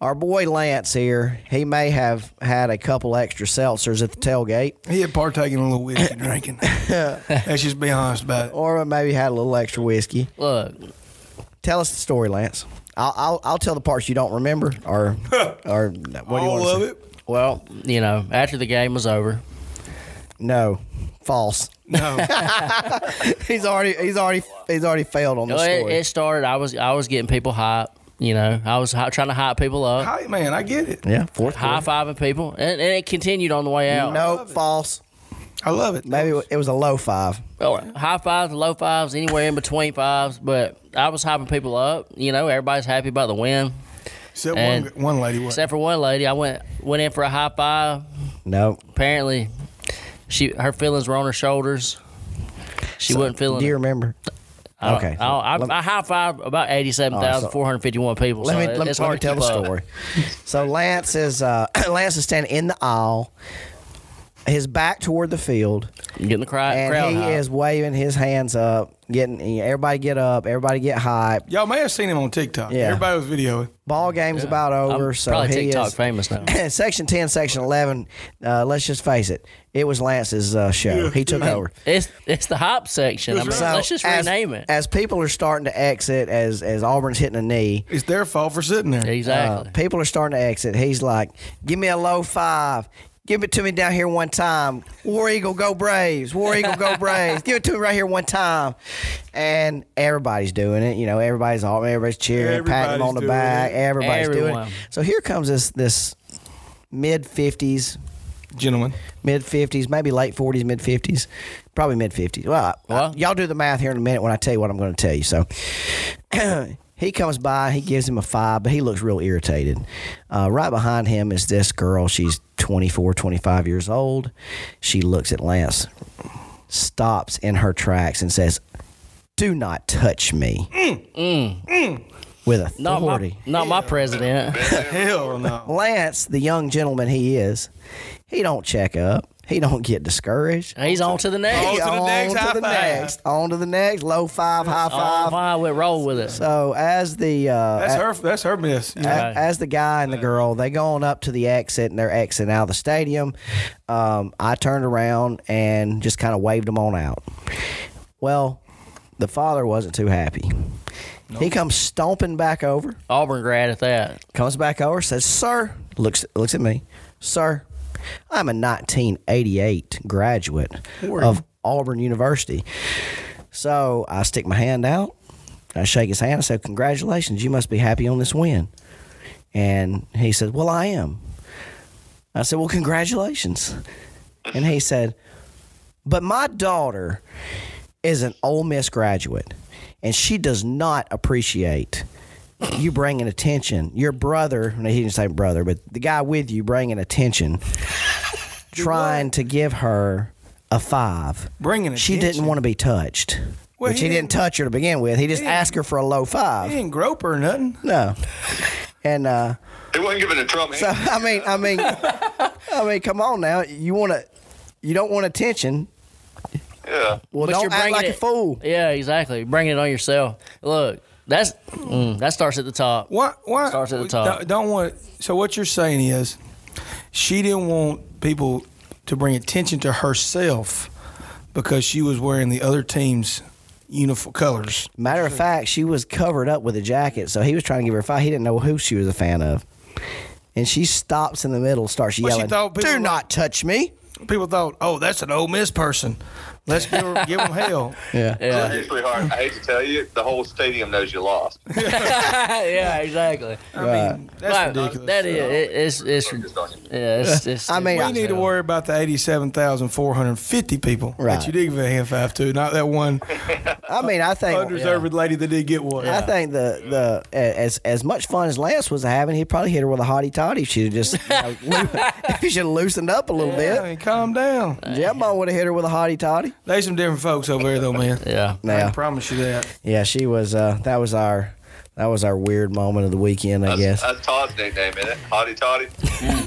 Speaker 1: our boy Lance here, he may have had a couple extra seltzers at the tailgate,
Speaker 3: He had partaken in a little whiskey drinking. Let's just be honest about it.
Speaker 1: or maybe had a little extra whiskey.
Speaker 2: Look,
Speaker 1: Tell us the story, Lance. I'll I'll, I'll tell the parts you don't remember, or or what do you want
Speaker 3: All
Speaker 1: to
Speaker 3: of
Speaker 1: say?
Speaker 3: it?
Speaker 2: well, you know, after the game was over,
Speaker 1: No, false.
Speaker 3: No.
Speaker 1: he's already he's already he's already failed on the
Speaker 2: No, it,
Speaker 1: story.
Speaker 2: it started. I was I was getting people hype. You know, I was hy- trying to hype people up,
Speaker 3: Hi, man, I get it.
Speaker 1: yeah, fourth.
Speaker 2: high fiving people, and, and it continued on the way out.
Speaker 1: No, false.
Speaker 3: I love it.
Speaker 1: Maybe it was a low five.
Speaker 2: Well, high fives, low fives, anywhere in between fives. But I was hyping people up. You know, everybody's happy about the win,
Speaker 3: Except
Speaker 2: and-
Speaker 3: one, one lady was.
Speaker 2: except for one lady. I went went in for a high five.
Speaker 1: No,
Speaker 2: Apparently, she her feelings were on her shoulders. She wasn't feeling.
Speaker 1: Do you
Speaker 2: it.
Speaker 1: remember?
Speaker 2: I don't-
Speaker 1: okay.
Speaker 2: I, don't-
Speaker 1: Let-
Speaker 2: I, I high five about eighty-seven thousand four hundred fifty-one people.
Speaker 1: let
Speaker 2: so
Speaker 1: me
Speaker 2: it-
Speaker 1: let, me-
Speaker 2: it's
Speaker 1: let me
Speaker 2: hard to
Speaker 1: tell the
Speaker 2: keep up.
Speaker 1: story. so Lance is uh, Lance is standing in the aisle, his back toward the field,
Speaker 2: Getting the cry,
Speaker 1: and
Speaker 2: crowd
Speaker 1: he
Speaker 2: hype.
Speaker 1: is waving his hands up, getting everybody get up, everybody get hype.
Speaker 3: Y'all may have seen him on TikTok.
Speaker 1: Yeah.
Speaker 3: Everybody was videoing.
Speaker 1: Ball game's about over,
Speaker 2: I'm
Speaker 1: so
Speaker 2: probably
Speaker 1: he
Speaker 2: TikTok
Speaker 1: is.
Speaker 2: famous now.
Speaker 1: section ten, section eleven. Uh, let's just face it, it was Lance's uh, show. He took over.
Speaker 2: It's it's the hop section. I mean, let's just
Speaker 1: as,
Speaker 2: rename it.
Speaker 1: As people are starting to exit, as as Auburn's hitting a knee,
Speaker 3: It's their fault for sitting there.
Speaker 1: Uh,
Speaker 2: exactly.
Speaker 1: people are starting to exit. He's like, give me a low five. Give it to me down here one time. War Eagle, go Braves. War Eagle, go Braves. Give it to me right here one time. And everybody's doing it. You know, everybody's all everybody's cheering, patting him on the
Speaker 3: Everybody's doing
Speaker 1: back.
Speaker 3: it.
Speaker 1: Everybody's doing
Speaker 2: Everyone.
Speaker 1: it. So here comes this this mid fifties,
Speaker 3: Gentlemen.
Speaker 1: mid fifties, maybe late forties, mid fifties, probably mid fifties. Well, I-
Speaker 2: Well.
Speaker 1: y'all do the math here in a minute when I tell you what I'm going to tell you. So he comes by, he gives him a five, but he looks real irritated. Uh, right behind him is this girl. She's 24, 25 years old. She looks at Lance, stops in her tracks, and says, "Do not touch me." Mm. With
Speaker 2: Mm. Not
Speaker 1: authority.
Speaker 2: my, not my president.
Speaker 3: Hell no.
Speaker 1: Lance, the young gentleman he is, he don't check up. He don't get discouraged.
Speaker 2: He's on to the
Speaker 3: On
Speaker 2: next.
Speaker 3: to the next,
Speaker 1: on
Speaker 3: high
Speaker 1: to the
Speaker 3: five.
Speaker 1: next. On to the next. Low five, high
Speaker 2: Oh,
Speaker 1: five.
Speaker 2: my, we roll with it.
Speaker 1: So as the uh,
Speaker 3: That's
Speaker 1: a-
Speaker 3: her that's her miss. You
Speaker 1: a-
Speaker 3: know?
Speaker 1: as the guy and the girl, they go on up to the exit and they're exiting out of the stadium. Um, I turned around and just kind of waved them on out. Well, the father wasn't too happy. He comes stomping back over
Speaker 2: Auburn grad at that.
Speaker 1: comes back over, says, "Sir," looks looks at me, "Sir, I'm a 1988 graduate of Auburn University." So I stick my hand out, I shake his hand, I say, "Congratulations, you must be happy on this win." And he said, "Well, I am." I said, "Well, congratulations." And he said, "But my daughter is an Ole Miss graduate, and she does not appreciate." you bringing attention. Your brother, no, he didn't say brother, but the guy with you bringing attention, trying to give her a five.
Speaker 3: Bringing
Speaker 1: She
Speaker 3: attention.
Speaker 1: didn't want to be touched,
Speaker 3: Well,
Speaker 1: which
Speaker 3: he
Speaker 1: he didn't,
Speaker 3: didn't-
Speaker 1: touch her to begin with. He just
Speaker 3: He didn't-
Speaker 1: asked her for a low
Speaker 3: He
Speaker 1: five.
Speaker 3: didn't grope her or nothing.
Speaker 1: No. And uh,
Speaker 4: They wasn't giving a Trump.
Speaker 1: so I mean, I mean, I mean, come on now. You want to, you don't want attention.
Speaker 4: yeah.
Speaker 1: Well,
Speaker 2: But
Speaker 1: don't
Speaker 2: you're
Speaker 1: act
Speaker 2: bringing
Speaker 1: like a
Speaker 2: it-
Speaker 1: fool.
Speaker 2: Yeah, exactly. Bringing it on yourself. Look, that's mm, that starts at the top.
Speaker 3: Why? Why?
Speaker 2: Starts at the
Speaker 3: we
Speaker 2: top.
Speaker 3: Don't, don't want. So what you're saying is, she didn't want people to bring attention to herself because she was wearing the other team's uniform colors.
Speaker 1: Matter of fact, she was covered up with a jacket, so he was trying to give her a fight. He didn't know who she was a fan of. And she stops in the middle, starts
Speaker 3: she
Speaker 1: yelling,
Speaker 3: thought
Speaker 1: Do
Speaker 3: people were-
Speaker 1: not touch me.
Speaker 3: People thought, oh, that's an old Miss person. Let's give, her, give them hell.
Speaker 1: Yeah.
Speaker 2: Yeah,
Speaker 4: Look, sweetheart, I hate to tell you, the whole stadium knows you lost.
Speaker 2: yeah, exactly.
Speaker 3: I
Speaker 1: Right.
Speaker 3: mean, that's
Speaker 2: Like,
Speaker 3: ridiculous.
Speaker 2: That is, it, it's, it's,
Speaker 4: Focused on you.
Speaker 2: yeah, it's, it's.
Speaker 1: I mean-
Speaker 2: it's-
Speaker 1: Yeah.
Speaker 3: we need to worry about the 87,450 people
Speaker 1: Right.
Speaker 3: that you did give a hand five to, not that one
Speaker 1: I mean, I think
Speaker 3: undeserved lady that did get one.
Speaker 1: I think the the as as much fun as Lance was having, he probably hit her with a hottie toddy. She would just you know, loo- he should have loosened up a little bit.
Speaker 3: Hey, calm down.
Speaker 1: Jumbo would have hit her with a hottie toddy.
Speaker 3: They some different folks over there, though, man.
Speaker 2: Yeah.
Speaker 3: I
Speaker 1: Yeah,
Speaker 3: can promise you that.
Speaker 1: yeah. She was. Uh, that was our that was our weird moment of the weekend. I
Speaker 4: That's,
Speaker 1: guess
Speaker 4: that's Todd's nickname, isn't it? Hottie Toddy.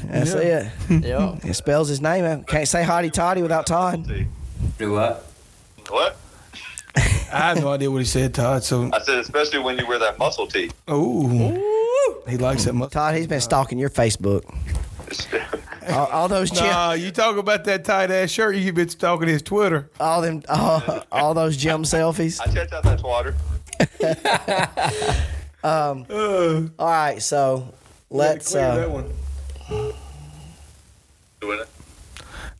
Speaker 1: that's it.
Speaker 2: Yeah.
Speaker 1: It spells his name. out. Can't say hottie toddy without Todd.
Speaker 6: Do what?
Speaker 4: What?
Speaker 3: I have no idea what he said, Todd. So,
Speaker 4: I said, especially when you wear that muscle tee.
Speaker 3: ooh, he likes that much.
Speaker 1: Todd, he's been stalking your Facebook. All, all those gym,
Speaker 3: Nah, you talk about that tight ass shirt. You been talking his Twitter.
Speaker 1: all them, all, all those gym selfies.
Speaker 4: I checked out that water.
Speaker 1: All right, so let's.
Speaker 3: Clear
Speaker 1: Uh,
Speaker 3: that one.
Speaker 4: Doing it.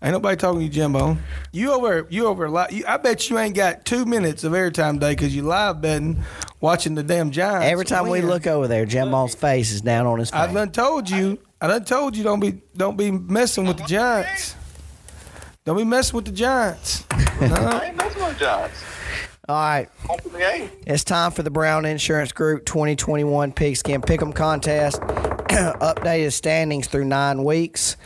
Speaker 3: Ain't nobody talking to you, Jimbo. You over, you over. Li- you, I bet you ain't got two minutes of airtime day because you live betting, watching the damn Giants.
Speaker 1: Every time we
Speaker 3: win.
Speaker 1: look over there, Jimbo's face is down on his face.
Speaker 3: I done told you. I done told you don't be don't be messing with the Giants. Don't be messing with the Giants.
Speaker 4: I ain't messing with Giants.
Speaker 1: All right,
Speaker 4: Home for the game.
Speaker 1: it's time for the Brown Insurance Group 2021 Pigskin Pick'em Contest. Updated standings through nine weeks.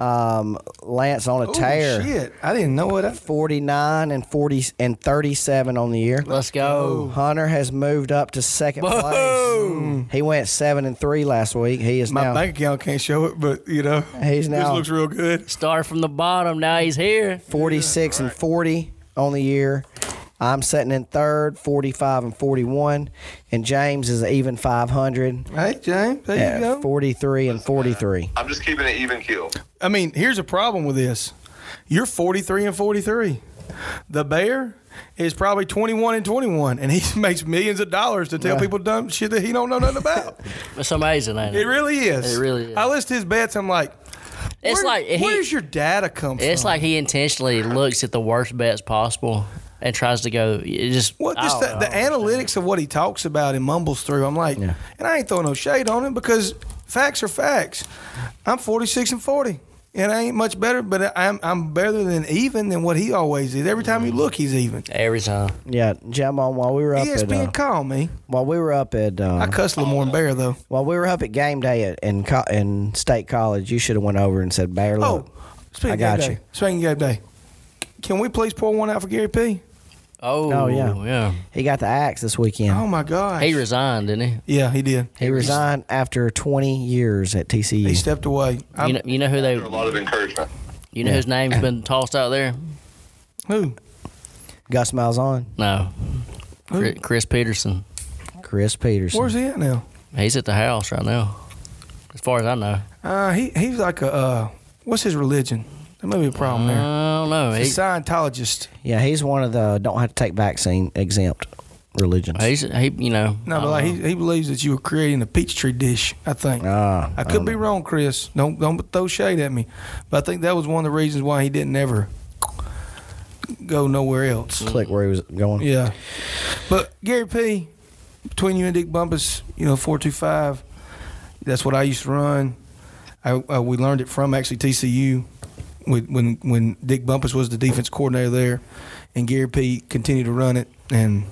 Speaker 1: Um, Lance on a
Speaker 3: Oh,
Speaker 1: tear,
Speaker 3: shit! I didn't know what. I,
Speaker 1: 49 and 40 and 37 on the year.
Speaker 2: Let's go.
Speaker 1: Hunter has moved up to second
Speaker 2: Whoa.
Speaker 1: place. He went seven and three last week. He is
Speaker 3: my
Speaker 1: now
Speaker 3: bank account can't show it, but you know,
Speaker 1: He's
Speaker 3: this
Speaker 1: now-
Speaker 3: looks real good.
Speaker 2: Start from the bottom. Now he's here.
Speaker 1: 46 and 40 on the year. I'm sitting in third, 45 and 41. And James is even 500
Speaker 3: Right, James? There you
Speaker 1: at
Speaker 3: go.
Speaker 1: 43 and 43.
Speaker 4: I'm just keeping an even keel.
Speaker 3: I mean, here's a problem with this. You're 43 and 43. The bear is probably 21 and 21, and he makes millions of dollars to tell people dumb shit that he don't know nothing about.
Speaker 2: It's amazing, ain't
Speaker 3: it
Speaker 2: it?
Speaker 3: really is.
Speaker 2: It really is.
Speaker 3: I list his bets. I'm like,
Speaker 2: It's
Speaker 3: where-
Speaker 2: like
Speaker 3: where
Speaker 2: he.
Speaker 3: does your data come
Speaker 2: It's
Speaker 3: from?
Speaker 2: like he intentionally looks at the worst bets possible and tries to go. It just
Speaker 3: what
Speaker 2: I
Speaker 3: just
Speaker 2: don't
Speaker 3: the,
Speaker 2: know.
Speaker 3: the analytics of what he talks about and mumbles through. I'm like, and I ain't throwing no shade on him because facts are facts. I'm 46 and 40. And I ain't much better, but I'm I'm better than even than what he always is. Every time you look, he's even. E
Speaker 2: every time.
Speaker 1: Yeah, Jamon, while we were up at
Speaker 3: ESPN
Speaker 1: uh,
Speaker 3: call me.
Speaker 1: while we were up at
Speaker 3: I
Speaker 1: uh,
Speaker 3: cuss Lamorne Bear though.
Speaker 1: while we were up at game day at, in co- in state college, you should have went over and said, "Bear,
Speaker 3: Oh,
Speaker 1: look,
Speaker 3: speaking
Speaker 1: I
Speaker 3: of
Speaker 1: got
Speaker 3: game
Speaker 1: you.
Speaker 3: day, speaking of game day, can we please pour one out for Gary P?
Speaker 2: Oh,
Speaker 1: Oh, yeah.
Speaker 2: yeah.
Speaker 1: he got the axe this weekend."
Speaker 3: Oh my God,
Speaker 2: He resigned, didn't he?
Speaker 3: yeah, he did.
Speaker 1: he resigned after 20 years at
Speaker 3: He
Speaker 1: TCU.
Speaker 3: stepped away. I'm,
Speaker 2: You know, you know who they.
Speaker 4: A lot of encouragement.
Speaker 2: You know whose name's been tossed out there?
Speaker 3: who?
Speaker 1: Gus Malzahn,
Speaker 2: No, Chris, Chris Peterson.
Speaker 1: Chris Peterson.
Speaker 3: Where's he at now?
Speaker 2: He's at the house right now. As far as I know,
Speaker 3: Uh, he he's like a uh, what's his religion? There may be a problem
Speaker 2: I
Speaker 3: there.
Speaker 2: don't know. Uh, He,
Speaker 3: He's a Scientologist.
Speaker 1: Yeah, he's one of the don't have to take vaccine exempt religions.
Speaker 2: he's he. You know.
Speaker 3: No,
Speaker 2: I
Speaker 3: but
Speaker 2: don't
Speaker 3: like
Speaker 2: know.
Speaker 3: he, he believes that you were creating a peach tree dish. I think.
Speaker 1: Ah,
Speaker 3: I could be wrong, Chris. Don't don't throw shade at me. But I think that was one of the reasons why he didn't ever go nowhere else.
Speaker 1: click where he was going.
Speaker 3: Yeah. But Gary P, between you and Dick Bumpus, you know, 425, that's what I used to run. I, I, we learned it from actually TCU when, when, when Dick Bumpus was the defense coordinator there, and Gary P continued to run it. And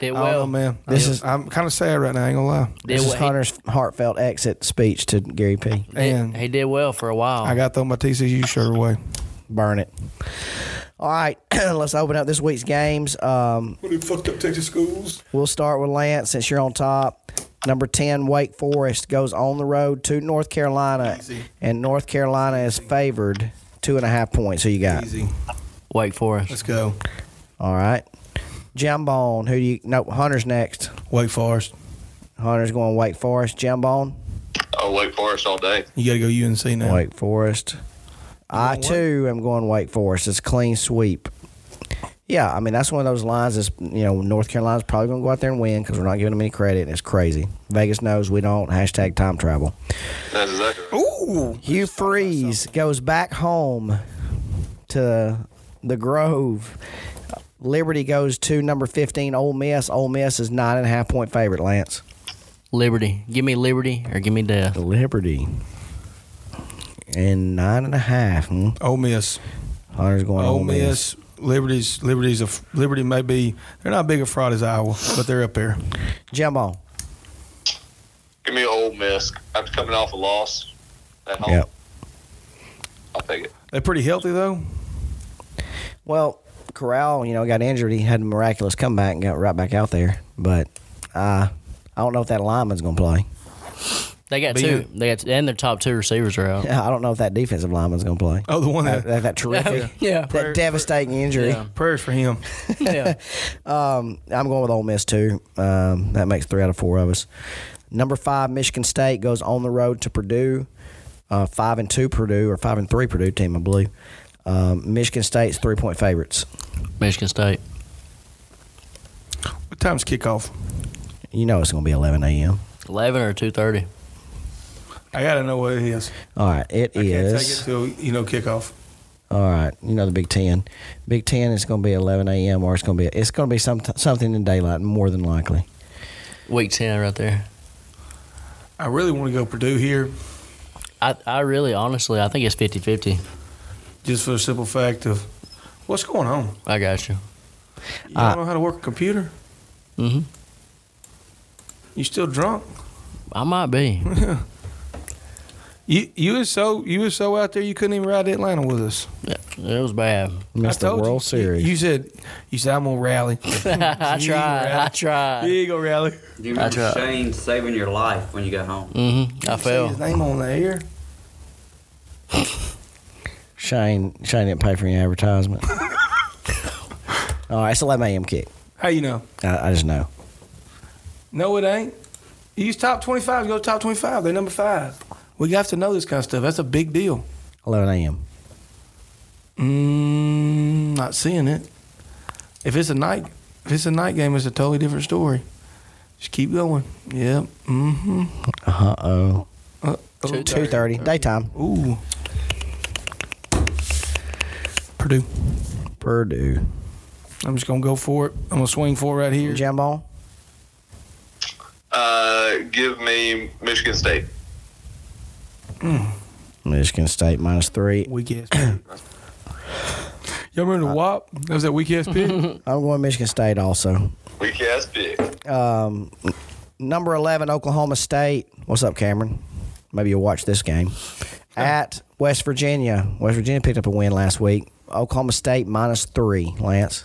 Speaker 2: did
Speaker 3: I don't know,
Speaker 2: well.
Speaker 3: Oh, man.
Speaker 1: this
Speaker 3: I-
Speaker 1: is-
Speaker 3: I'm kind of sad right now. I ain't gonna lie.
Speaker 2: Did
Speaker 1: This is
Speaker 2: well.
Speaker 1: Hunter's heartfelt exit speech to Gary P.
Speaker 2: He-
Speaker 3: And
Speaker 2: he, did well for a while.
Speaker 3: I got to throw my TCU shirt away.
Speaker 1: Burn it. All right, let's open up this week's games. Um,
Speaker 3: What fucked up Texas schools?
Speaker 1: we'll start with Lance since you're on top. Number 10, Wake Forest goes on the road to North Carolina, and North Carolina is favored two and a half points. Who you got?
Speaker 3: Easy.
Speaker 2: Wake Forest.
Speaker 3: Let's go.
Speaker 1: All right. Jambone, who do you? No, Hunter's next.
Speaker 3: Wake Forest.
Speaker 1: Hunter's going Wake Forest. Jambone?
Speaker 4: Oh, Wake Forest all day.
Speaker 3: You got to go UNC now.
Speaker 1: Wake Forest. I too am going Wake Forest. It's a clean sweep. Yeah, I mean that's one of those lines. That's you know North Carolina's probably going to go out there and win because we're not giving them any credit. And it's crazy. Vegas knows we don't. Hashtag time travel.
Speaker 4: That's exactly right.
Speaker 3: Ooh.
Speaker 1: Hugh Freeze goes back home to the Grove Liberty goes to number 15, Ole Miss. Ole Miss is nine and a half point favorite, Lance.
Speaker 2: Liberty. Give me liberty or give me death.
Speaker 1: Liberty. And nine and a half. Hmm?
Speaker 3: Ole Miss.
Speaker 1: Hunter's going
Speaker 3: Ole Miss. Liberty's Liberty's a Liberty may be they're not big a fraud as Iowa, but they're up there.
Speaker 1: Jimbo.
Speaker 4: Give me Ole Miss. I'm coming off a loss at home.
Speaker 1: Yep.
Speaker 4: I'll take it.
Speaker 3: They're pretty healthy though.
Speaker 1: Well, Corral, you know, got injured. He had a miraculous comeback and got right back out there. But uh, I don't know if that lineman's going to play.
Speaker 2: They got
Speaker 3: But
Speaker 2: two.
Speaker 3: you-
Speaker 2: They got and their top two receivers are out.
Speaker 1: I don't know if that defensive lineman's going to play.
Speaker 3: Oh, the one
Speaker 1: that,
Speaker 3: that
Speaker 1: that, that terrific,
Speaker 2: Yeah.
Speaker 1: that devastating injury.
Speaker 2: Yeah.
Speaker 3: prayers for him.
Speaker 2: yeah.
Speaker 1: Um, I'm going with Ole Miss too. Um, that makes three out of four of us. Number five, Michigan State goes on the road to Purdue. Uh, five and two Purdue or five and three Purdue team, I believe. Um, Michigan State's three point favorites.
Speaker 2: Michigan State.
Speaker 3: What time's kickoff?
Speaker 1: You know it's going to be 11 a.m.
Speaker 2: Eleven or two thirty.
Speaker 3: I gotta know what it is.
Speaker 1: All right, it
Speaker 3: I can't take it
Speaker 1: is.
Speaker 3: till you know kickoff.
Speaker 1: All right, you know the Big Ten. Big Ten is going to be 11 a.m. or it's going to be it's going to be some something in daylight more than likely.
Speaker 2: Week ten right there.
Speaker 3: I really want to go Purdue here,
Speaker 2: I, I really honestly I think it's 50-50.
Speaker 3: just for the simple fact of what's going on.
Speaker 2: I got you.
Speaker 3: You
Speaker 1: Uh,
Speaker 3: don't know how to work a computer.
Speaker 2: Mm-hmm.
Speaker 3: You still drunk?
Speaker 2: I might be.
Speaker 3: You you was so you was so out there you couldn't even ride to Atlanta with us.
Speaker 2: It was bad.
Speaker 1: Missed
Speaker 3: I
Speaker 1: the
Speaker 3: told
Speaker 1: World
Speaker 3: you,
Speaker 1: Series.
Speaker 3: You, you said you said I'm gonna rally.
Speaker 2: I tried. I
Speaker 3: Here
Speaker 2: tried.
Speaker 3: you go, rally.
Speaker 6: Do you
Speaker 2: That's
Speaker 6: remember
Speaker 2: right.
Speaker 6: Shane saving your life when you got home?
Speaker 2: Mm-hmm. I
Speaker 3: Say
Speaker 2: fell.
Speaker 3: his name on the air.
Speaker 1: Shane Shane didn't pay for any advertisement. All right, it's 11 a.m. kick.
Speaker 3: How you know?
Speaker 1: I, I just know.
Speaker 3: No, it ain't. You use top 25, go to top 25. They're number five. We have to know this kind of stuff. That's a big deal.
Speaker 1: 11 a.m.
Speaker 3: Mm, not seeing it. If it's a night, if it's a night game, it's a totally different story. Just keep going. Yep. Mm-hmm.
Speaker 1: Uh oh.
Speaker 3: Uh,
Speaker 2: Two-
Speaker 3: oh,
Speaker 1: 2:30 daytime.
Speaker 3: Ooh. Purdue.
Speaker 1: Purdue.
Speaker 3: I'm just gonna go for it. I'm gonna swing for it right here.
Speaker 1: Jimbo.
Speaker 4: Uh, give me Michigan State.
Speaker 1: Michigan State minus three.
Speaker 3: Weak ass. pick. Y'all remember the WAP? That was that weak ass pick.
Speaker 1: I'm going Michigan State also.
Speaker 4: Weak ass pick.
Speaker 1: Um, n- number 11 Oklahoma State. What's up, Cameron? Maybe you'll watch this game. At West Virginia. West Virginia picked up a win last week. Oklahoma State minus three. Lance.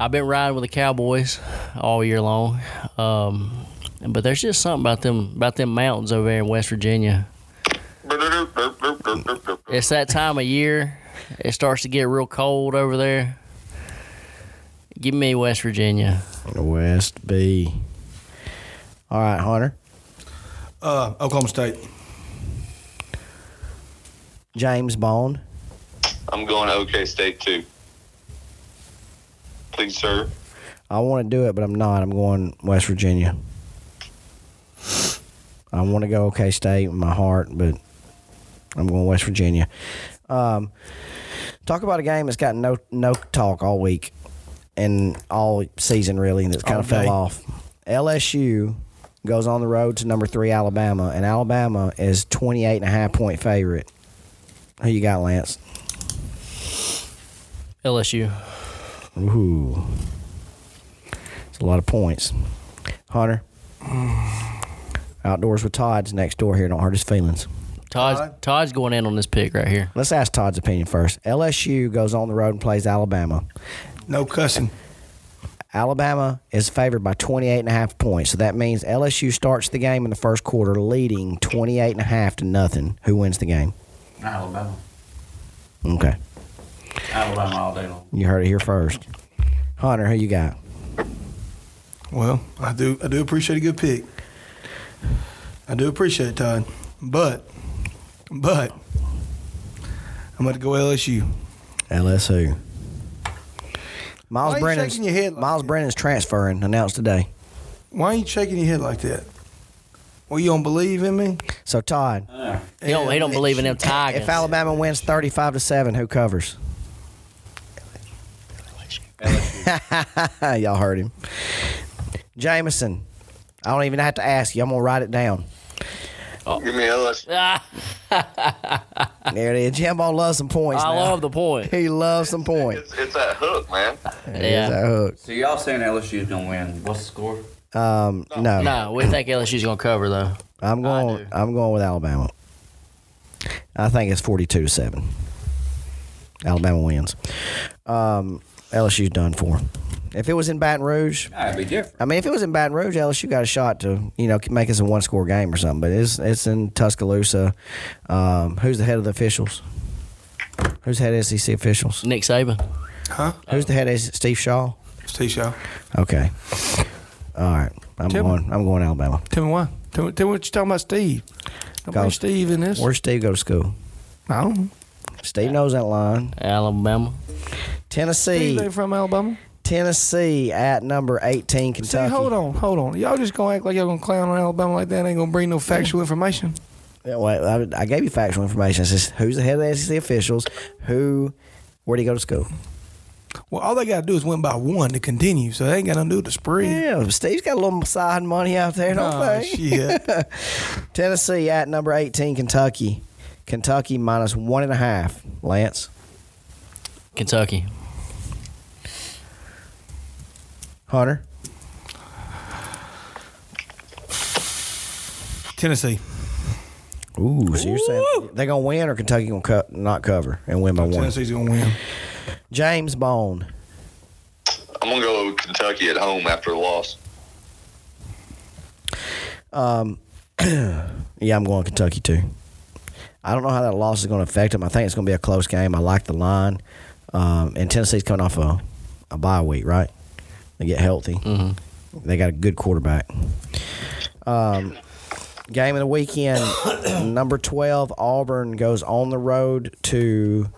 Speaker 2: I've been riding with the Cowboys all year long, um, but there's just something about them about them mountains over there in West Virginia. It's that time of year. It starts to get real cold over there. Give me West Virginia.
Speaker 1: West B. All right, Hunter.
Speaker 3: Uh, Oklahoma State.
Speaker 1: James Bone.
Speaker 4: I'm going OK State too. Please, sir.
Speaker 1: I want to do it, but I'm not. I'm going West Virginia. I want to go OK State in my heart, but I'm going West Virginia. Um, talk about a game that's got no no talk all week and all season really, and that's kind
Speaker 3: All
Speaker 1: of fell
Speaker 3: day.
Speaker 1: off. LSU goes on the road to number three Alabama, and Alabama is 28 and a half point favorite. Who you got, Lance?
Speaker 2: LSU.
Speaker 1: Ooh, it's a lot of points. Hunter, outdoors with Todd's next door here. Don't hurt his feelings.
Speaker 2: Todd's, Todd's going in on this pick right here.
Speaker 1: Let's ask Todd's opinion first. LSU goes on the road and plays Alabama.
Speaker 3: No cussing.
Speaker 1: Alabama is favored by 28 and a half points. So that means LSU starts the game in the first quarter leading 28 and a half to nothing. Who wins the game?
Speaker 6: Alabama.
Speaker 1: Okay.
Speaker 6: Alabama all day long.
Speaker 1: You heard it here first. Hunter, who you got?
Speaker 3: Well, I do. I do appreciate a good pick. I do appreciate it, Todd. But, but I'm going to go LSU.
Speaker 1: LSU.
Speaker 3: Why are
Speaker 1: Miles
Speaker 3: you
Speaker 1: Brennan's,
Speaker 3: shaking your head like
Speaker 1: Miles
Speaker 3: that?
Speaker 1: Brennan's transferring announced today.
Speaker 3: Why are you shaking your head like that? Well, you don't believe in me.
Speaker 1: So Todd,
Speaker 2: He don't, he don't believe in them Uh, Tigers.
Speaker 1: if Alabama wins thirty-five to seven, who covers? Y'all heard him. Jameson. I don't even have to ask you. I'm gonna write it down.
Speaker 4: Give me LSU.
Speaker 2: Ah,
Speaker 1: There it is. Jambo loves some points.
Speaker 2: I
Speaker 1: now.
Speaker 2: love the point.
Speaker 1: He loves some points.
Speaker 4: It's, it's that hook, man.
Speaker 2: Yeah.
Speaker 1: That hook.
Speaker 6: So y'all saying LSU's gonna win? What's the score?
Speaker 1: Um, no,
Speaker 2: No, we think LSU's gonna cover though.
Speaker 1: I'm going.
Speaker 2: do.
Speaker 1: I'm going with Alabama. I think it's 42 to seven. Alabama wins. Um, LSU's done for. If it was in Baton Rouge,
Speaker 6: That'd be different.
Speaker 1: I mean, if it was in Baton Rouge, LSU got a shot to you know make us a one score game or something. But it's it's in Tuscaloosa. Um, who's the head of the officials? Who's the head SEC officials?
Speaker 2: Nick Saban.
Speaker 3: Huh?
Speaker 1: Who's the head? Is Steve Shaw?
Speaker 3: Steve Shaw.
Speaker 1: Okay. All right. I'm
Speaker 3: Tim-
Speaker 1: going. I'm going Alabama.
Speaker 3: Tell me why. Tell me, tell me what you're talking about, Steve. Don't bring
Speaker 1: Cause-
Speaker 3: Steve in this.
Speaker 1: Where's Steve go to school?
Speaker 3: I don't know.
Speaker 1: Steve knows that line.
Speaker 2: Alabama.
Speaker 1: Tennessee,
Speaker 3: Steve ain't from Alabama.
Speaker 1: Tennessee at number 18,
Speaker 3: See,
Speaker 1: Kentucky.
Speaker 3: hold on, hold on. Y'all just gonna act like y'all gonna clown on Alabama like that? Ain't gonna bring no factual information.
Speaker 1: Yeah, Wait, I, I gave you factual information. It's just who's the head of the SEC officials, who, where do you go to school?
Speaker 3: Well, all they gotta do is win by one to continue, so they ain't got nothing to do with the spread.
Speaker 1: Yeah, Steve's got a little side money out there, don't
Speaker 3: Oh,
Speaker 1: they?
Speaker 3: shit.
Speaker 1: Tennessee at number 18, Kentucky. Kentucky minus one and a half. Lance,
Speaker 2: Kentucky.
Speaker 1: Hunter,
Speaker 3: Tennessee.
Speaker 1: ooh, so you're saying they're gonna win or Kentucky gonna co- not cover and win by one?
Speaker 3: Tennessee's gonna win.
Speaker 1: James Bone,
Speaker 4: I'm gonna go Kentucky at home after the loss.
Speaker 1: Yeah, I'm going Kentucky too. I don't know how that loss is going to affect them. I think it's going to be a close game. I like the line. Um, and Tennessee's coming off a, a bye week, right? They get healthy. They got a good quarterback. Um, game of the weekend, number 12, Auburn goes on the road to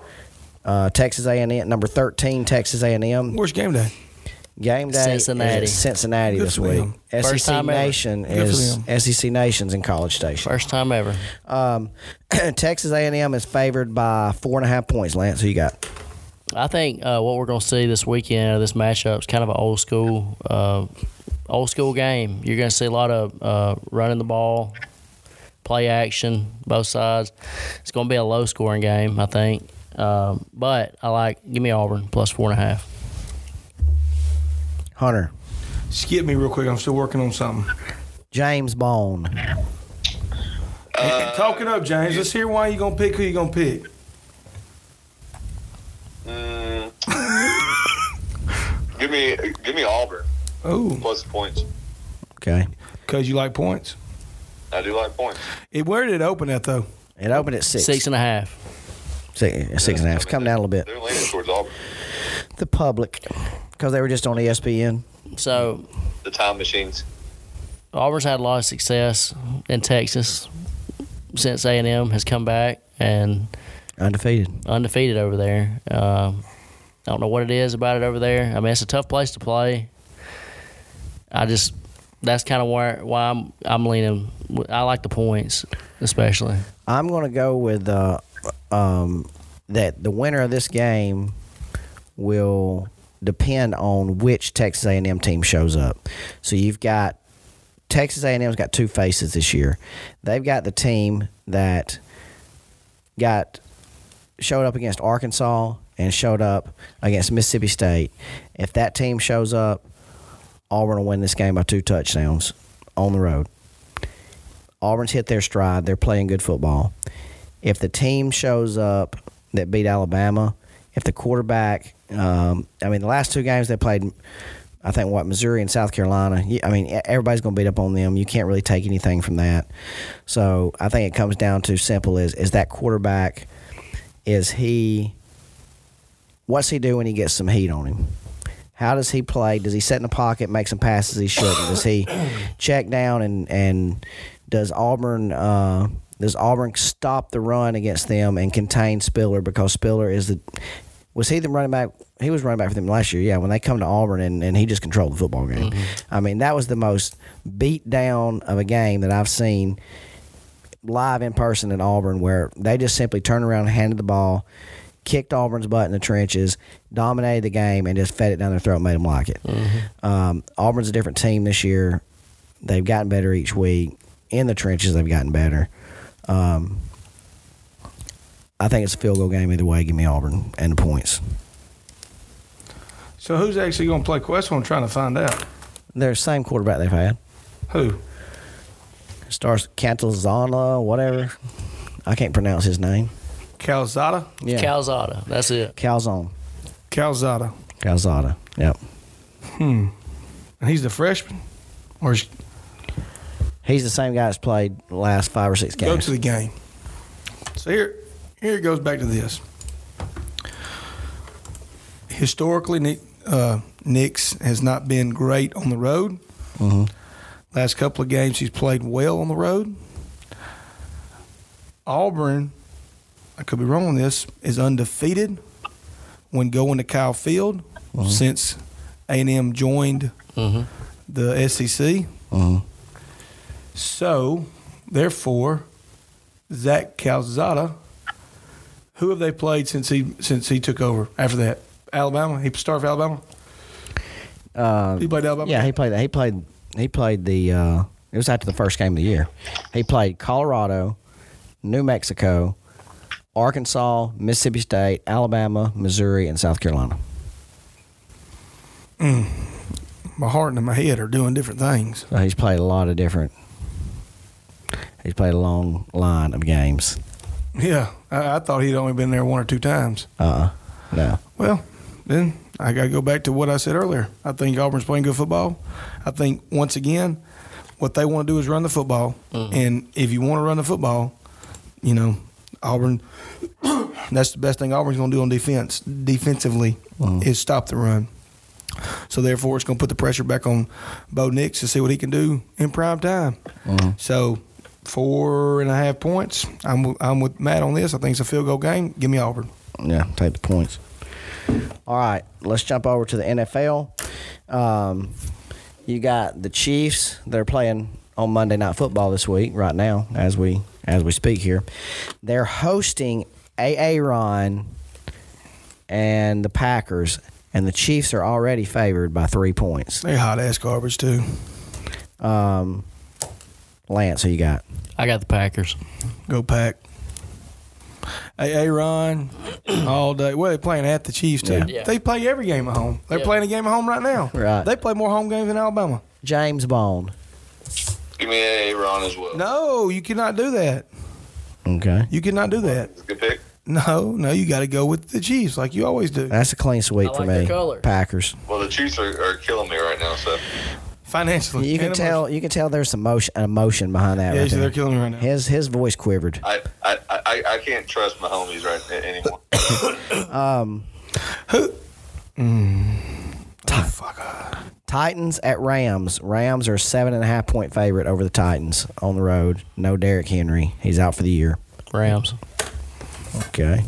Speaker 1: uh, Texas A&M. Number 13, Texas A&M.
Speaker 3: Where's game day?
Speaker 1: Game day
Speaker 2: Cincinnati.
Speaker 1: is at Cincinnati
Speaker 3: Good
Speaker 1: this
Speaker 3: for
Speaker 1: week. SEC
Speaker 3: them.
Speaker 2: First time ever.
Speaker 1: Nation
Speaker 3: Good for
Speaker 1: is
Speaker 3: them.
Speaker 1: SEC Nation's in College Station.
Speaker 2: First time ever.
Speaker 1: Um, Texas A&M is favored by four and a half points. Lance, who you got?
Speaker 2: I think uh, what we're going to see this weekend out of this matchup is kind of an old school, uh, old school game. You're going to see a lot of uh, running the ball, play action, both sides. It's going to be a low scoring game, I think. Um, but I like give me Auburn plus four and a half.
Speaker 1: Hunter,
Speaker 3: Skip me real quick. I'm still working on something.
Speaker 1: James Bone.
Speaker 3: Uh, Talking Talk it up, James. Let's hear why you gonna pick who you gonna pick.
Speaker 4: Give me, give me Auburn
Speaker 3: Oh,
Speaker 4: plus points.
Speaker 1: Okay,
Speaker 3: cause you like points.
Speaker 4: I do like points.
Speaker 3: It, where did it open at though?
Speaker 1: it opened at six.
Speaker 2: Six and a half.
Speaker 1: Six, six and a half. It's come down a little bit.
Speaker 4: They're leaning towards Auburn.
Speaker 1: The public, because they were just on E ESPN.
Speaker 2: So
Speaker 4: The time machines.
Speaker 2: Auburn's had a lot of success in Texas since A&M has come back and
Speaker 1: Undefeated.
Speaker 2: undefeated over there. Um, I don't know what it is about it over there. I mean, it's a tough place to play. I just that's kind of where why I'm I'm leaning. I like the points, especially.
Speaker 1: I'm going to go with uh, um, that the winner of this game will depend on which Texas A&M team shows up. So you've got Texas A&M's got two faces this year. They've got the team that got showed up against Arkansas and showed up against Mississippi State. If that team shows up, Auburn will win this game by two touchdowns on the road. Auburn's hit their stride. They're playing good football. If the team shows up that beat Alabama, if the quarterback, um, I mean, the last two games they played, I think what Missouri and South Carolina. you- I mean, e- everybody's going to beat up on them. You can't really take anything from that. So I think it comes down to simple: is is that quarterback? Is he? What's he do when he gets some heat on him? How does he play? Does he sit in the pocket, make some passes he shouldn't? Does he check down and and does Auburn uh, does Auburn stop the run against them and contain Spiller because Spiller is the was he the running back? He was running back for them last year. Yeah, when they come to Auburn and, and he just controlled the football game. I mean, that was the most beat down of a game that I've seen live in person in Auburn where they just simply turned around and handed the ball kicked Auburn's butt in the trenches, dominated the game, and just fed it down their throat, and made them like it. Um, Auburn's a different team this year. They've gotten better each week. In the trenches, they've gotten better. Um, I think it's a field goal game either way. Give me Auburn and the points.
Speaker 3: So who's actually going to play? Quest? That's what I'm trying to find out.
Speaker 1: They're the same quarterback they've had.
Speaker 3: Who?
Speaker 1: Starts Cantalzana, whatever. I can't pronounce his name.
Speaker 3: Calzada.
Speaker 1: Yeah.
Speaker 2: Calzada. That's it.
Speaker 1: Calzone.
Speaker 3: Calzada.
Speaker 1: Calzada. Yep.
Speaker 3: And he's the freshman. Or is,
Speaker 1: He's the same guy that's played the last five or six
Speaker 3: go
Speaker 1: games.
Speaker 3: to the game. So here, here it goes back to this. Historically, Nick, uh, Nick's has not been great on the road. Last couple of games, he's played well on the road. Auburn, I could be wrong on this, is undefeated when going to Kyle Field since A and M joined the E SEC.
Speaker 1: Uh,
Speaker 3: So, therefore, Zach Calzada, who have they played since he since he took over after that? Alabama. He started for Alabama.
Speaker 1: Uh,
Speaker 3: He played Alabama.
Speaker 1: yeah, he played. He played. He played the. Uh, it was after the first game of the year. He played Colorado, New Mexico, Arkansas, Mississippi State, Alabama, Missouri, and South Carolina.
Speaker 3: my heart and my head are doing different things.
Speaker 1: So he's played a lot of different. He's played a long line of games.
Speaker 3: Yeah, I, I thought he'd only been there one or two times.
Speaker 1: Uh, uh no.
Speaker 3: Well, then I got to go back to what I said earlier. I think Auburn's playing good football. I think once again, what they want to do is run the football, and if you want to run the football, you know, Auburn. that's the best thing Auburn's going to do on defense. Defensively, is stop the run. So therefore, it's going to put the pressure back on Bo Nix to see what he can do in prime time. So. Four and a half points. I'm with- I'm with Matt on this. I think it's a field goal game. Give me Auburn.
Speaker 1: Yeah, take the points. All right, let's jump over to the NFL. Um, you got the Chiefs. They're playing on Monday Night Football this week, right now, as we as we speak here. They're hosting Aaron and the Packers, and the Chiefs are already favored by three points.
Speaker 3: They hot ass garbage too.
Speaker 1: Um, Lance, who you got?
Speaker 2: I got the Packers.
Speaker 3: Go pack. Hey, Aaron, all day. Well, they're playing at the Chiefs too.
Speaker 2: Yeah.
Speaker 3: They play every game at home. They're
Speaker 2: Yeah.
Speaker 3: playing a game at home right now.
Speaker 1: Right.
Speaker 3: They play more home games than Alabama.
Speaker 1: James Bond.
Speaker 4: Give me a Ron as well.
Speaker 3: No, you cannot do that.
Speaker 1: Okay,
Speaker 3: You cannot do that.
Speaker 4: It's a good pick.
Speaker 3: No, no, you got to go with the Chiefs like you always do.
Speaker 1: that's a clean sweep
Speaker 2: I
Speaker 1: for
Speaker 2: like their
Speaker 1: me.
Speaker 2: colors.
Speaker 1: Packers.
Speaker 4: Well, the Chiefs are, are killing me right now, so
Speaker 3: Financially,
Speaker 1: You can
Speaker 3: and
Speaker 1: tell. You can tell there's some emotion, an emotion behind that.
Speaker 3: emotionally. Yeah,
Speaker 1: right
Speaker 3: so
Speaker 1: there.
Speaker 3: they're killing me right now.
Speaker 1: His his voice quivered.
Speaker 4: I I, I, I can't trust my homies right a- anymore.
Speaker 1: Titans at Rams. Rams are a seven and a half point favorite over the Titans on the road. No Derrick Henry. He's out for the year.
Speaker 2: Rams.
Speaker 1: Okay.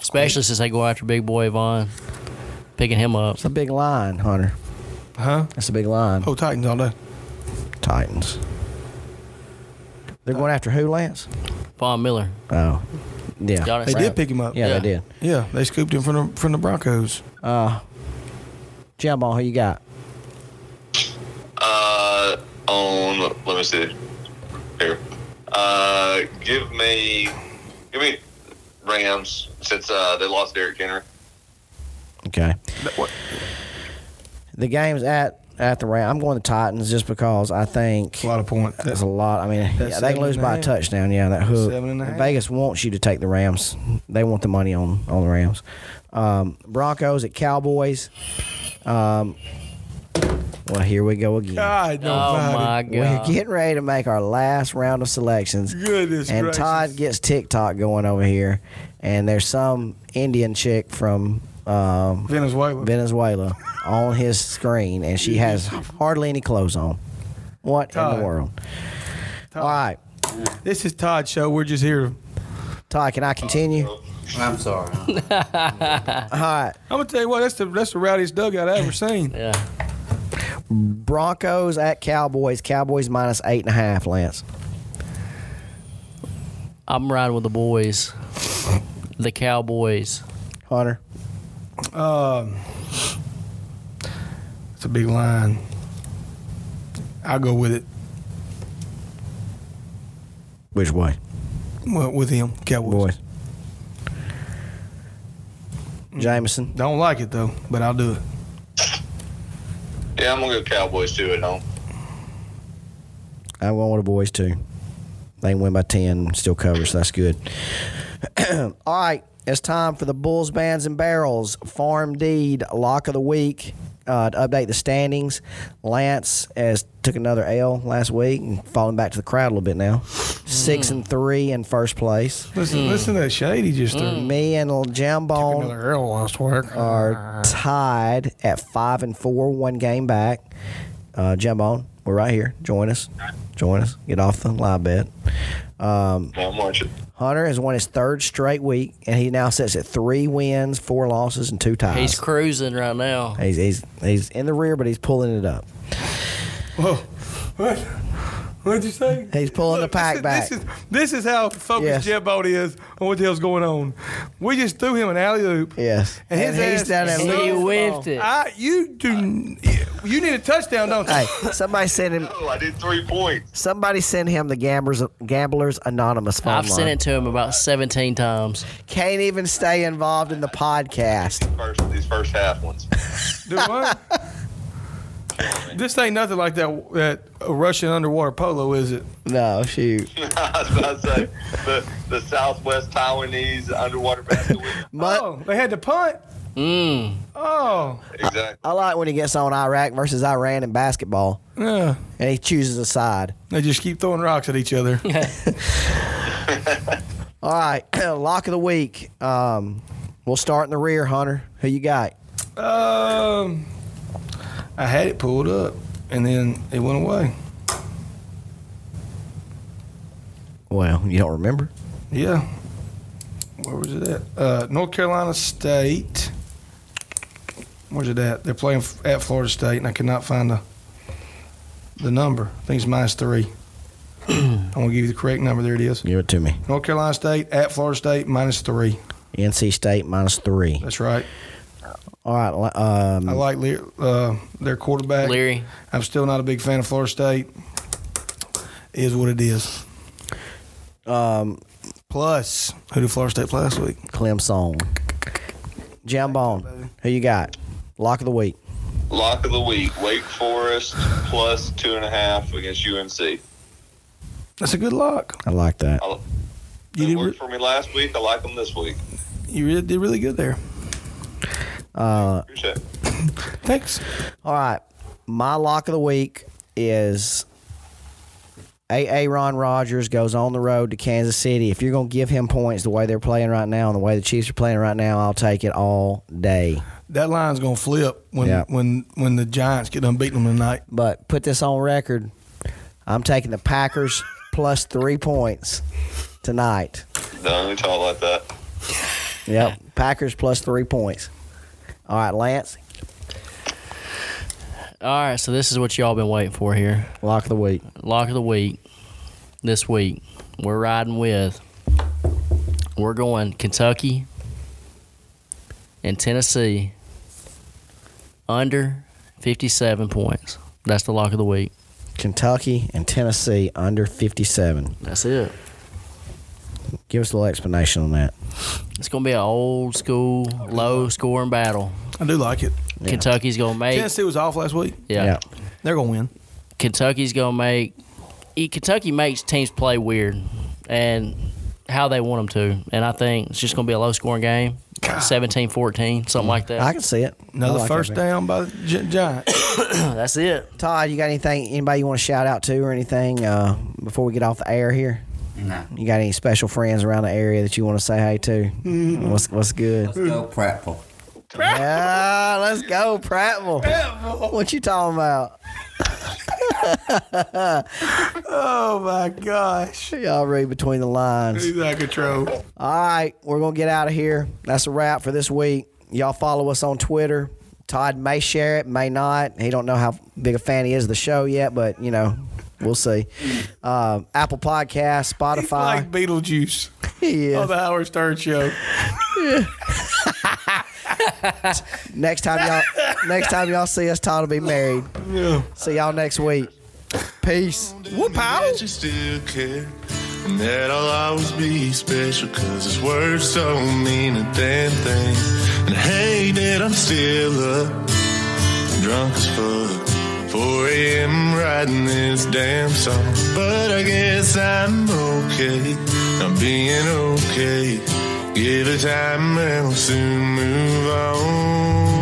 Speaker 2: Especially since they go after big boy Vaughn. Picking him up.
Speaker 1: It's a big line, Hunter.
Speaker 3: Huh?
Speaker 1: That's a big line.
Speaker 3: Oh, Titans all day.
Speaker 1: Titans. They're going after who, Lance?
Speaker 2: Vaughn Miller.
Speaker 1: Oh. Yeah.
Speaker 2: Y'all didn't
Speaker 3: They
Speaker 2: say
Speaker 3: did
Speaker 2: that.
Speaker 3: pick him up.
Speaker 1: Yeah,
Speaker 2: Yeah.
Speaker 1: they did.
Speaker 3: Yeah, they scooped him from the, from the Broncos.
Speaker 1: Jim Ball, who you got?
Speaker 4: Uh, on let me see here. Uh, give me give me Rams since uh, they lost Derrick Henry.
Speaker 1: Okay. The game's at at the Rams. I'm going to Titans just because I think
Speaker 3: A lot of points.
Speaker 1: That's a lot. I mean,
Speaker 3: That's
Speaker 1: yeah, they
Speaker 3: seven
Speaker 1: can lose
Speaker 3: and a
Speaker 1: by a
Speaker 3: half.
Speaker 1: touchdown. Yeah, that hook.
Speaker 3: Seven and a half.
Speaker 1: Vegas wants you to take the Rams. They want the money on on the Rams. Um, Broncos at Cowboys. Um, well, here we go again.
Speaker 3: God,
Speaker 2: Oh
Speaker 3: nobody.
Speaker 2: my
Speaker 1: We're
Speaker 2: god.
Speaker 1: getting ready to make our last round of selections.
Speaker 3: Goodness
Speaker 1: And
Speaker 3: gracious.
Speaker 1: Todd gets TikTok going over here, and there's some Indian chick from um,
Speaker 3: Venezuela.
Speaker 1: Venezuela on his screen, and she has hardly any clothes on. What in
Speaker 3: Todd.
Speaker 1: the world? All right.
Speaker 3: This is Todd's show. We're just here. I'm
Speaker 1: Ty, can I continue? All
Speaker 6: Oh, I'm sorry.
Speaker 1: right.
Speaker 3: gonna tell you what. That's the that's the rowdiest dugout I ever seen.
Speaker 2: Yeah.
Speaker 1: Broncos at Cowboys. Cowboys minus eight and a half, Lance.
Speaker 2: I'm riding with the boys. the Cowboys?
Speaker 1: Hunter.
Speaker 3: Um, it's a big line. I'll go with it.
Speaker 1: Which way?
Speaker 3: Well, with him, Cowboys.
Speaker 1: Boys. Jameson.
Speaker 3: Don't like it though, but I'll do it.
Speaker 4: Yeah, I'm gonna go Cowboys too at home.
Speaker 1: I'm going with the boys too. They win by ten, still cover, so that's good. All right, it's time for the Bulls, Bands, and Barrels Farm Deed Lock of the Week uh, to update the standings. Lance has took another L last week, and falling back to the crowd a little bit now. Six and three in first place.
Speaker 3: Listen, listen to that shade he just
Speaker 1: Mm.
Speaker 3: threw.
Speaker 1: Me and Jambone
Speaker 3: Mm. Another uh, arrow lost work.
Speaker 1: are tied at five and four, one game back. Uh, Jambone, we're right here. Join us. Join us. Get off the live bet.
Speaker 4: Yeah, I'm watching.
Speaker 1: Hunter has won his third straight week, and he now sits at three wins, four losses, and two ties.
Speaker 2: He's cruising right now.
Speaker 1: he's, he's, he's in the rear, but he's pulling it up.
Speaker 3: Whoa, what? What'd you say?
Speaker 1: He's pulling
Speaker 3: Look,
Speaker 1: the pack
Speaker 3: this is,
Speaker 1: back.
Speaker 3: This is, this is how
Speaker 1: Yes.
Speaker 3: focused Jeff Boat is on what the hell's going on. We just threw him an alley oop.
Speaker 1: yes.
Speaker 3: And his
Speaker 1: he's
Speaker 3: ass
Speaker 1: down
Speaker 3: is
Speaker 1: there.
Speaker 2: And
Speaker 3: so-
Speaker 1: looking-
Speaker 2: he whiffed it.
Speaker 3: I, you do. You need a touchdown, don't you?
Speaker 1: Hey, somebody send him.
Speaker 4: Oh, I did three points.
Speaker 1: Somebody send him the gamblers, gamblers anonymous phone
Speaker 2: I've sent
Speaker 1: line.
Speaker 2: it to him about 17 times.
Speaker 1: Can't even stay involved in the podcast.
Speaker 4: First, these first half ones.
Speaker 3: Do what? this ain't nothing like that that Russian underwater polo, is it?
Speaker 1: No, shoot.
Speaker 4: I was about to say the, the Southwest Taiwanese underwater basket. weave.
Speaker 1: But
Speaker 3: oh, they had to punt.
Speaker 2: Mm.
Speaker 3: Oh,
Speaker 4: Exactly.
Speaker 1: I like when he gets on Iraq versus Iran in basketball,
Speaker 3: yeah.
Speaker 1: and he chooses a side.
Speaker 3: They just keep throwing rocks at each other.
Speaker 1: All right, lock of the week. Um, we'll start in the rear, Hunter. Who you got?
Speaker 3: um, I had it pulled up, and then it went away.
Speaker 1: Well, you don't remember.
Speaker 3: Yeah. Where was it at? Uh, North Carolina State. Where's it at? They're playing f- at Florida State, and I could not find the the number. I think it's minus three. I'm gonna give you the correct number. There it is.
Speaker 1: Give it to me.
Speaker 3: North Carolina State at Florida State minus three.
Speaker 1: NC State minus three.
Speaker 3: That's right.
Speaker 1: All right. li- Um,
Speaker 3: I like Lear, uh, their quarterback.
Speaker 2: Leary.
Speaker 3: I'm still not a big fan of Florida State. Is what it is. Um, plus, who did Florida State play last week?
Speaker 1: Clemson. Jambone. Who you got? Lock of the week.
Speaker 4: Lock of the week: Wake Forest plus two and a half against UNC.
Speaker 3: That's a good lock.
Speaker 1: I like that.
Speaker 4: I,
Speaker 3: You
Speaker 4: they
Speaker 3: did,
Speaker 4: worked
Speaker 3: re-
Speaker 4: for me last week. I like them this week.
Speaker 3: you really did really good there.
Speaker 4: Appreciate it.
Speaker 3: Thanks.
Speaker 1: All right. My lock of the week is A.A. Ron Rodgers goes on the road to Kansas City. If you're going to give him points the way they're playing right now and the way the Chiefs are playing right now, I'll take it all day.
Speaker 3: That line's gonna flip when
Speaker 1: Yeah.
Speaker 3: when when the Giants get done beating them tonight.
Speaker 1: But put this on record I'm taking the Packers plus three points tonight.
Speaker 4: Don't even talk like that.
Speaker 1: Yep. Packers plus three points. All right, Lance,
Speaker 2: All right, so this is what y'all been waiting for here.
Speaker 1: lock of the week.
Speaker 2: Lock of the week this week. We're riding with. We're going Kentucky and Tennessee under 57 points. That's the lock of the week.
Speaker 1: Kentucky and Tennessee under 57.
Speaker 2: That's it.
Speaker 1: Give us a little explanation on that.
Speaker 2: It's going to be an old school, low scoring battle.
Speaker 3: I do like it.
Speaker 2: Kentucky's going to make.
Speaker 3: Tennessee was off last week.
Speaker 2: yeah.
Speaker 3: They're gonna win.
Speaker 2: Kentucky's gonna make. e- Kentucky makes teams play weird, and how they want them to. And I think it's just gonna be a low scoring game, 17-14, something like that.
Speaker 1: I can see it. I
Speaker 3: Another
Speaker 1: like
Speaker 3: first
Speaker 1: that.
Speaker 3: down by the Gi- Giants.
Speaker 2: That's it.
Speaker 1: Todd, you got anything? Anybody you want to shout out to or anything uh, before we get off the air here?
Speaker 6: Nah.
Speaker 1: You got any special friends around the area that you want to say hey to?
Speaker 3: Mm-hmm.
Speaker 1: What's What's good?
Speaker 6: Let's go Prattville.
Speaker 1: yeah, let's go Prattville. What you talking about?
Speaker 3: oh my gosh.
Speaker 1: Y'all read between the lines.
Speaker 3: He's out of control.
Speaker 1: All right, we're gonna get out of here. That's a wrap for this week. Y'all follow us on Twitter. Todd may share it, may not. He don't know how big a fan he is of the show yet, but you know, we'll see. Uh, Apple Podcasts,
Speaker 3: He's
Speaker 1: Spotify.
Speaker 3: like Beetlejuice.
Speaker 1: He
Speaker 3: on
Speaker 1: is.
Speaker 3: Oh, the Howard Stern show.
Speaker 1: Next time y'all, next time y'all see us, Todd will be married. See y'all next week. Peace.
Speaker 3: Whoop out.
Speaker 7: that you still care. And that I'll always be special, cause his words don't mean a damn thing. And hey, that I'm still up, drunk as fuck. 4 a.m. writing this damn song. But I guess I'm okay, I'm being okay. Give it time and I'll soon move on.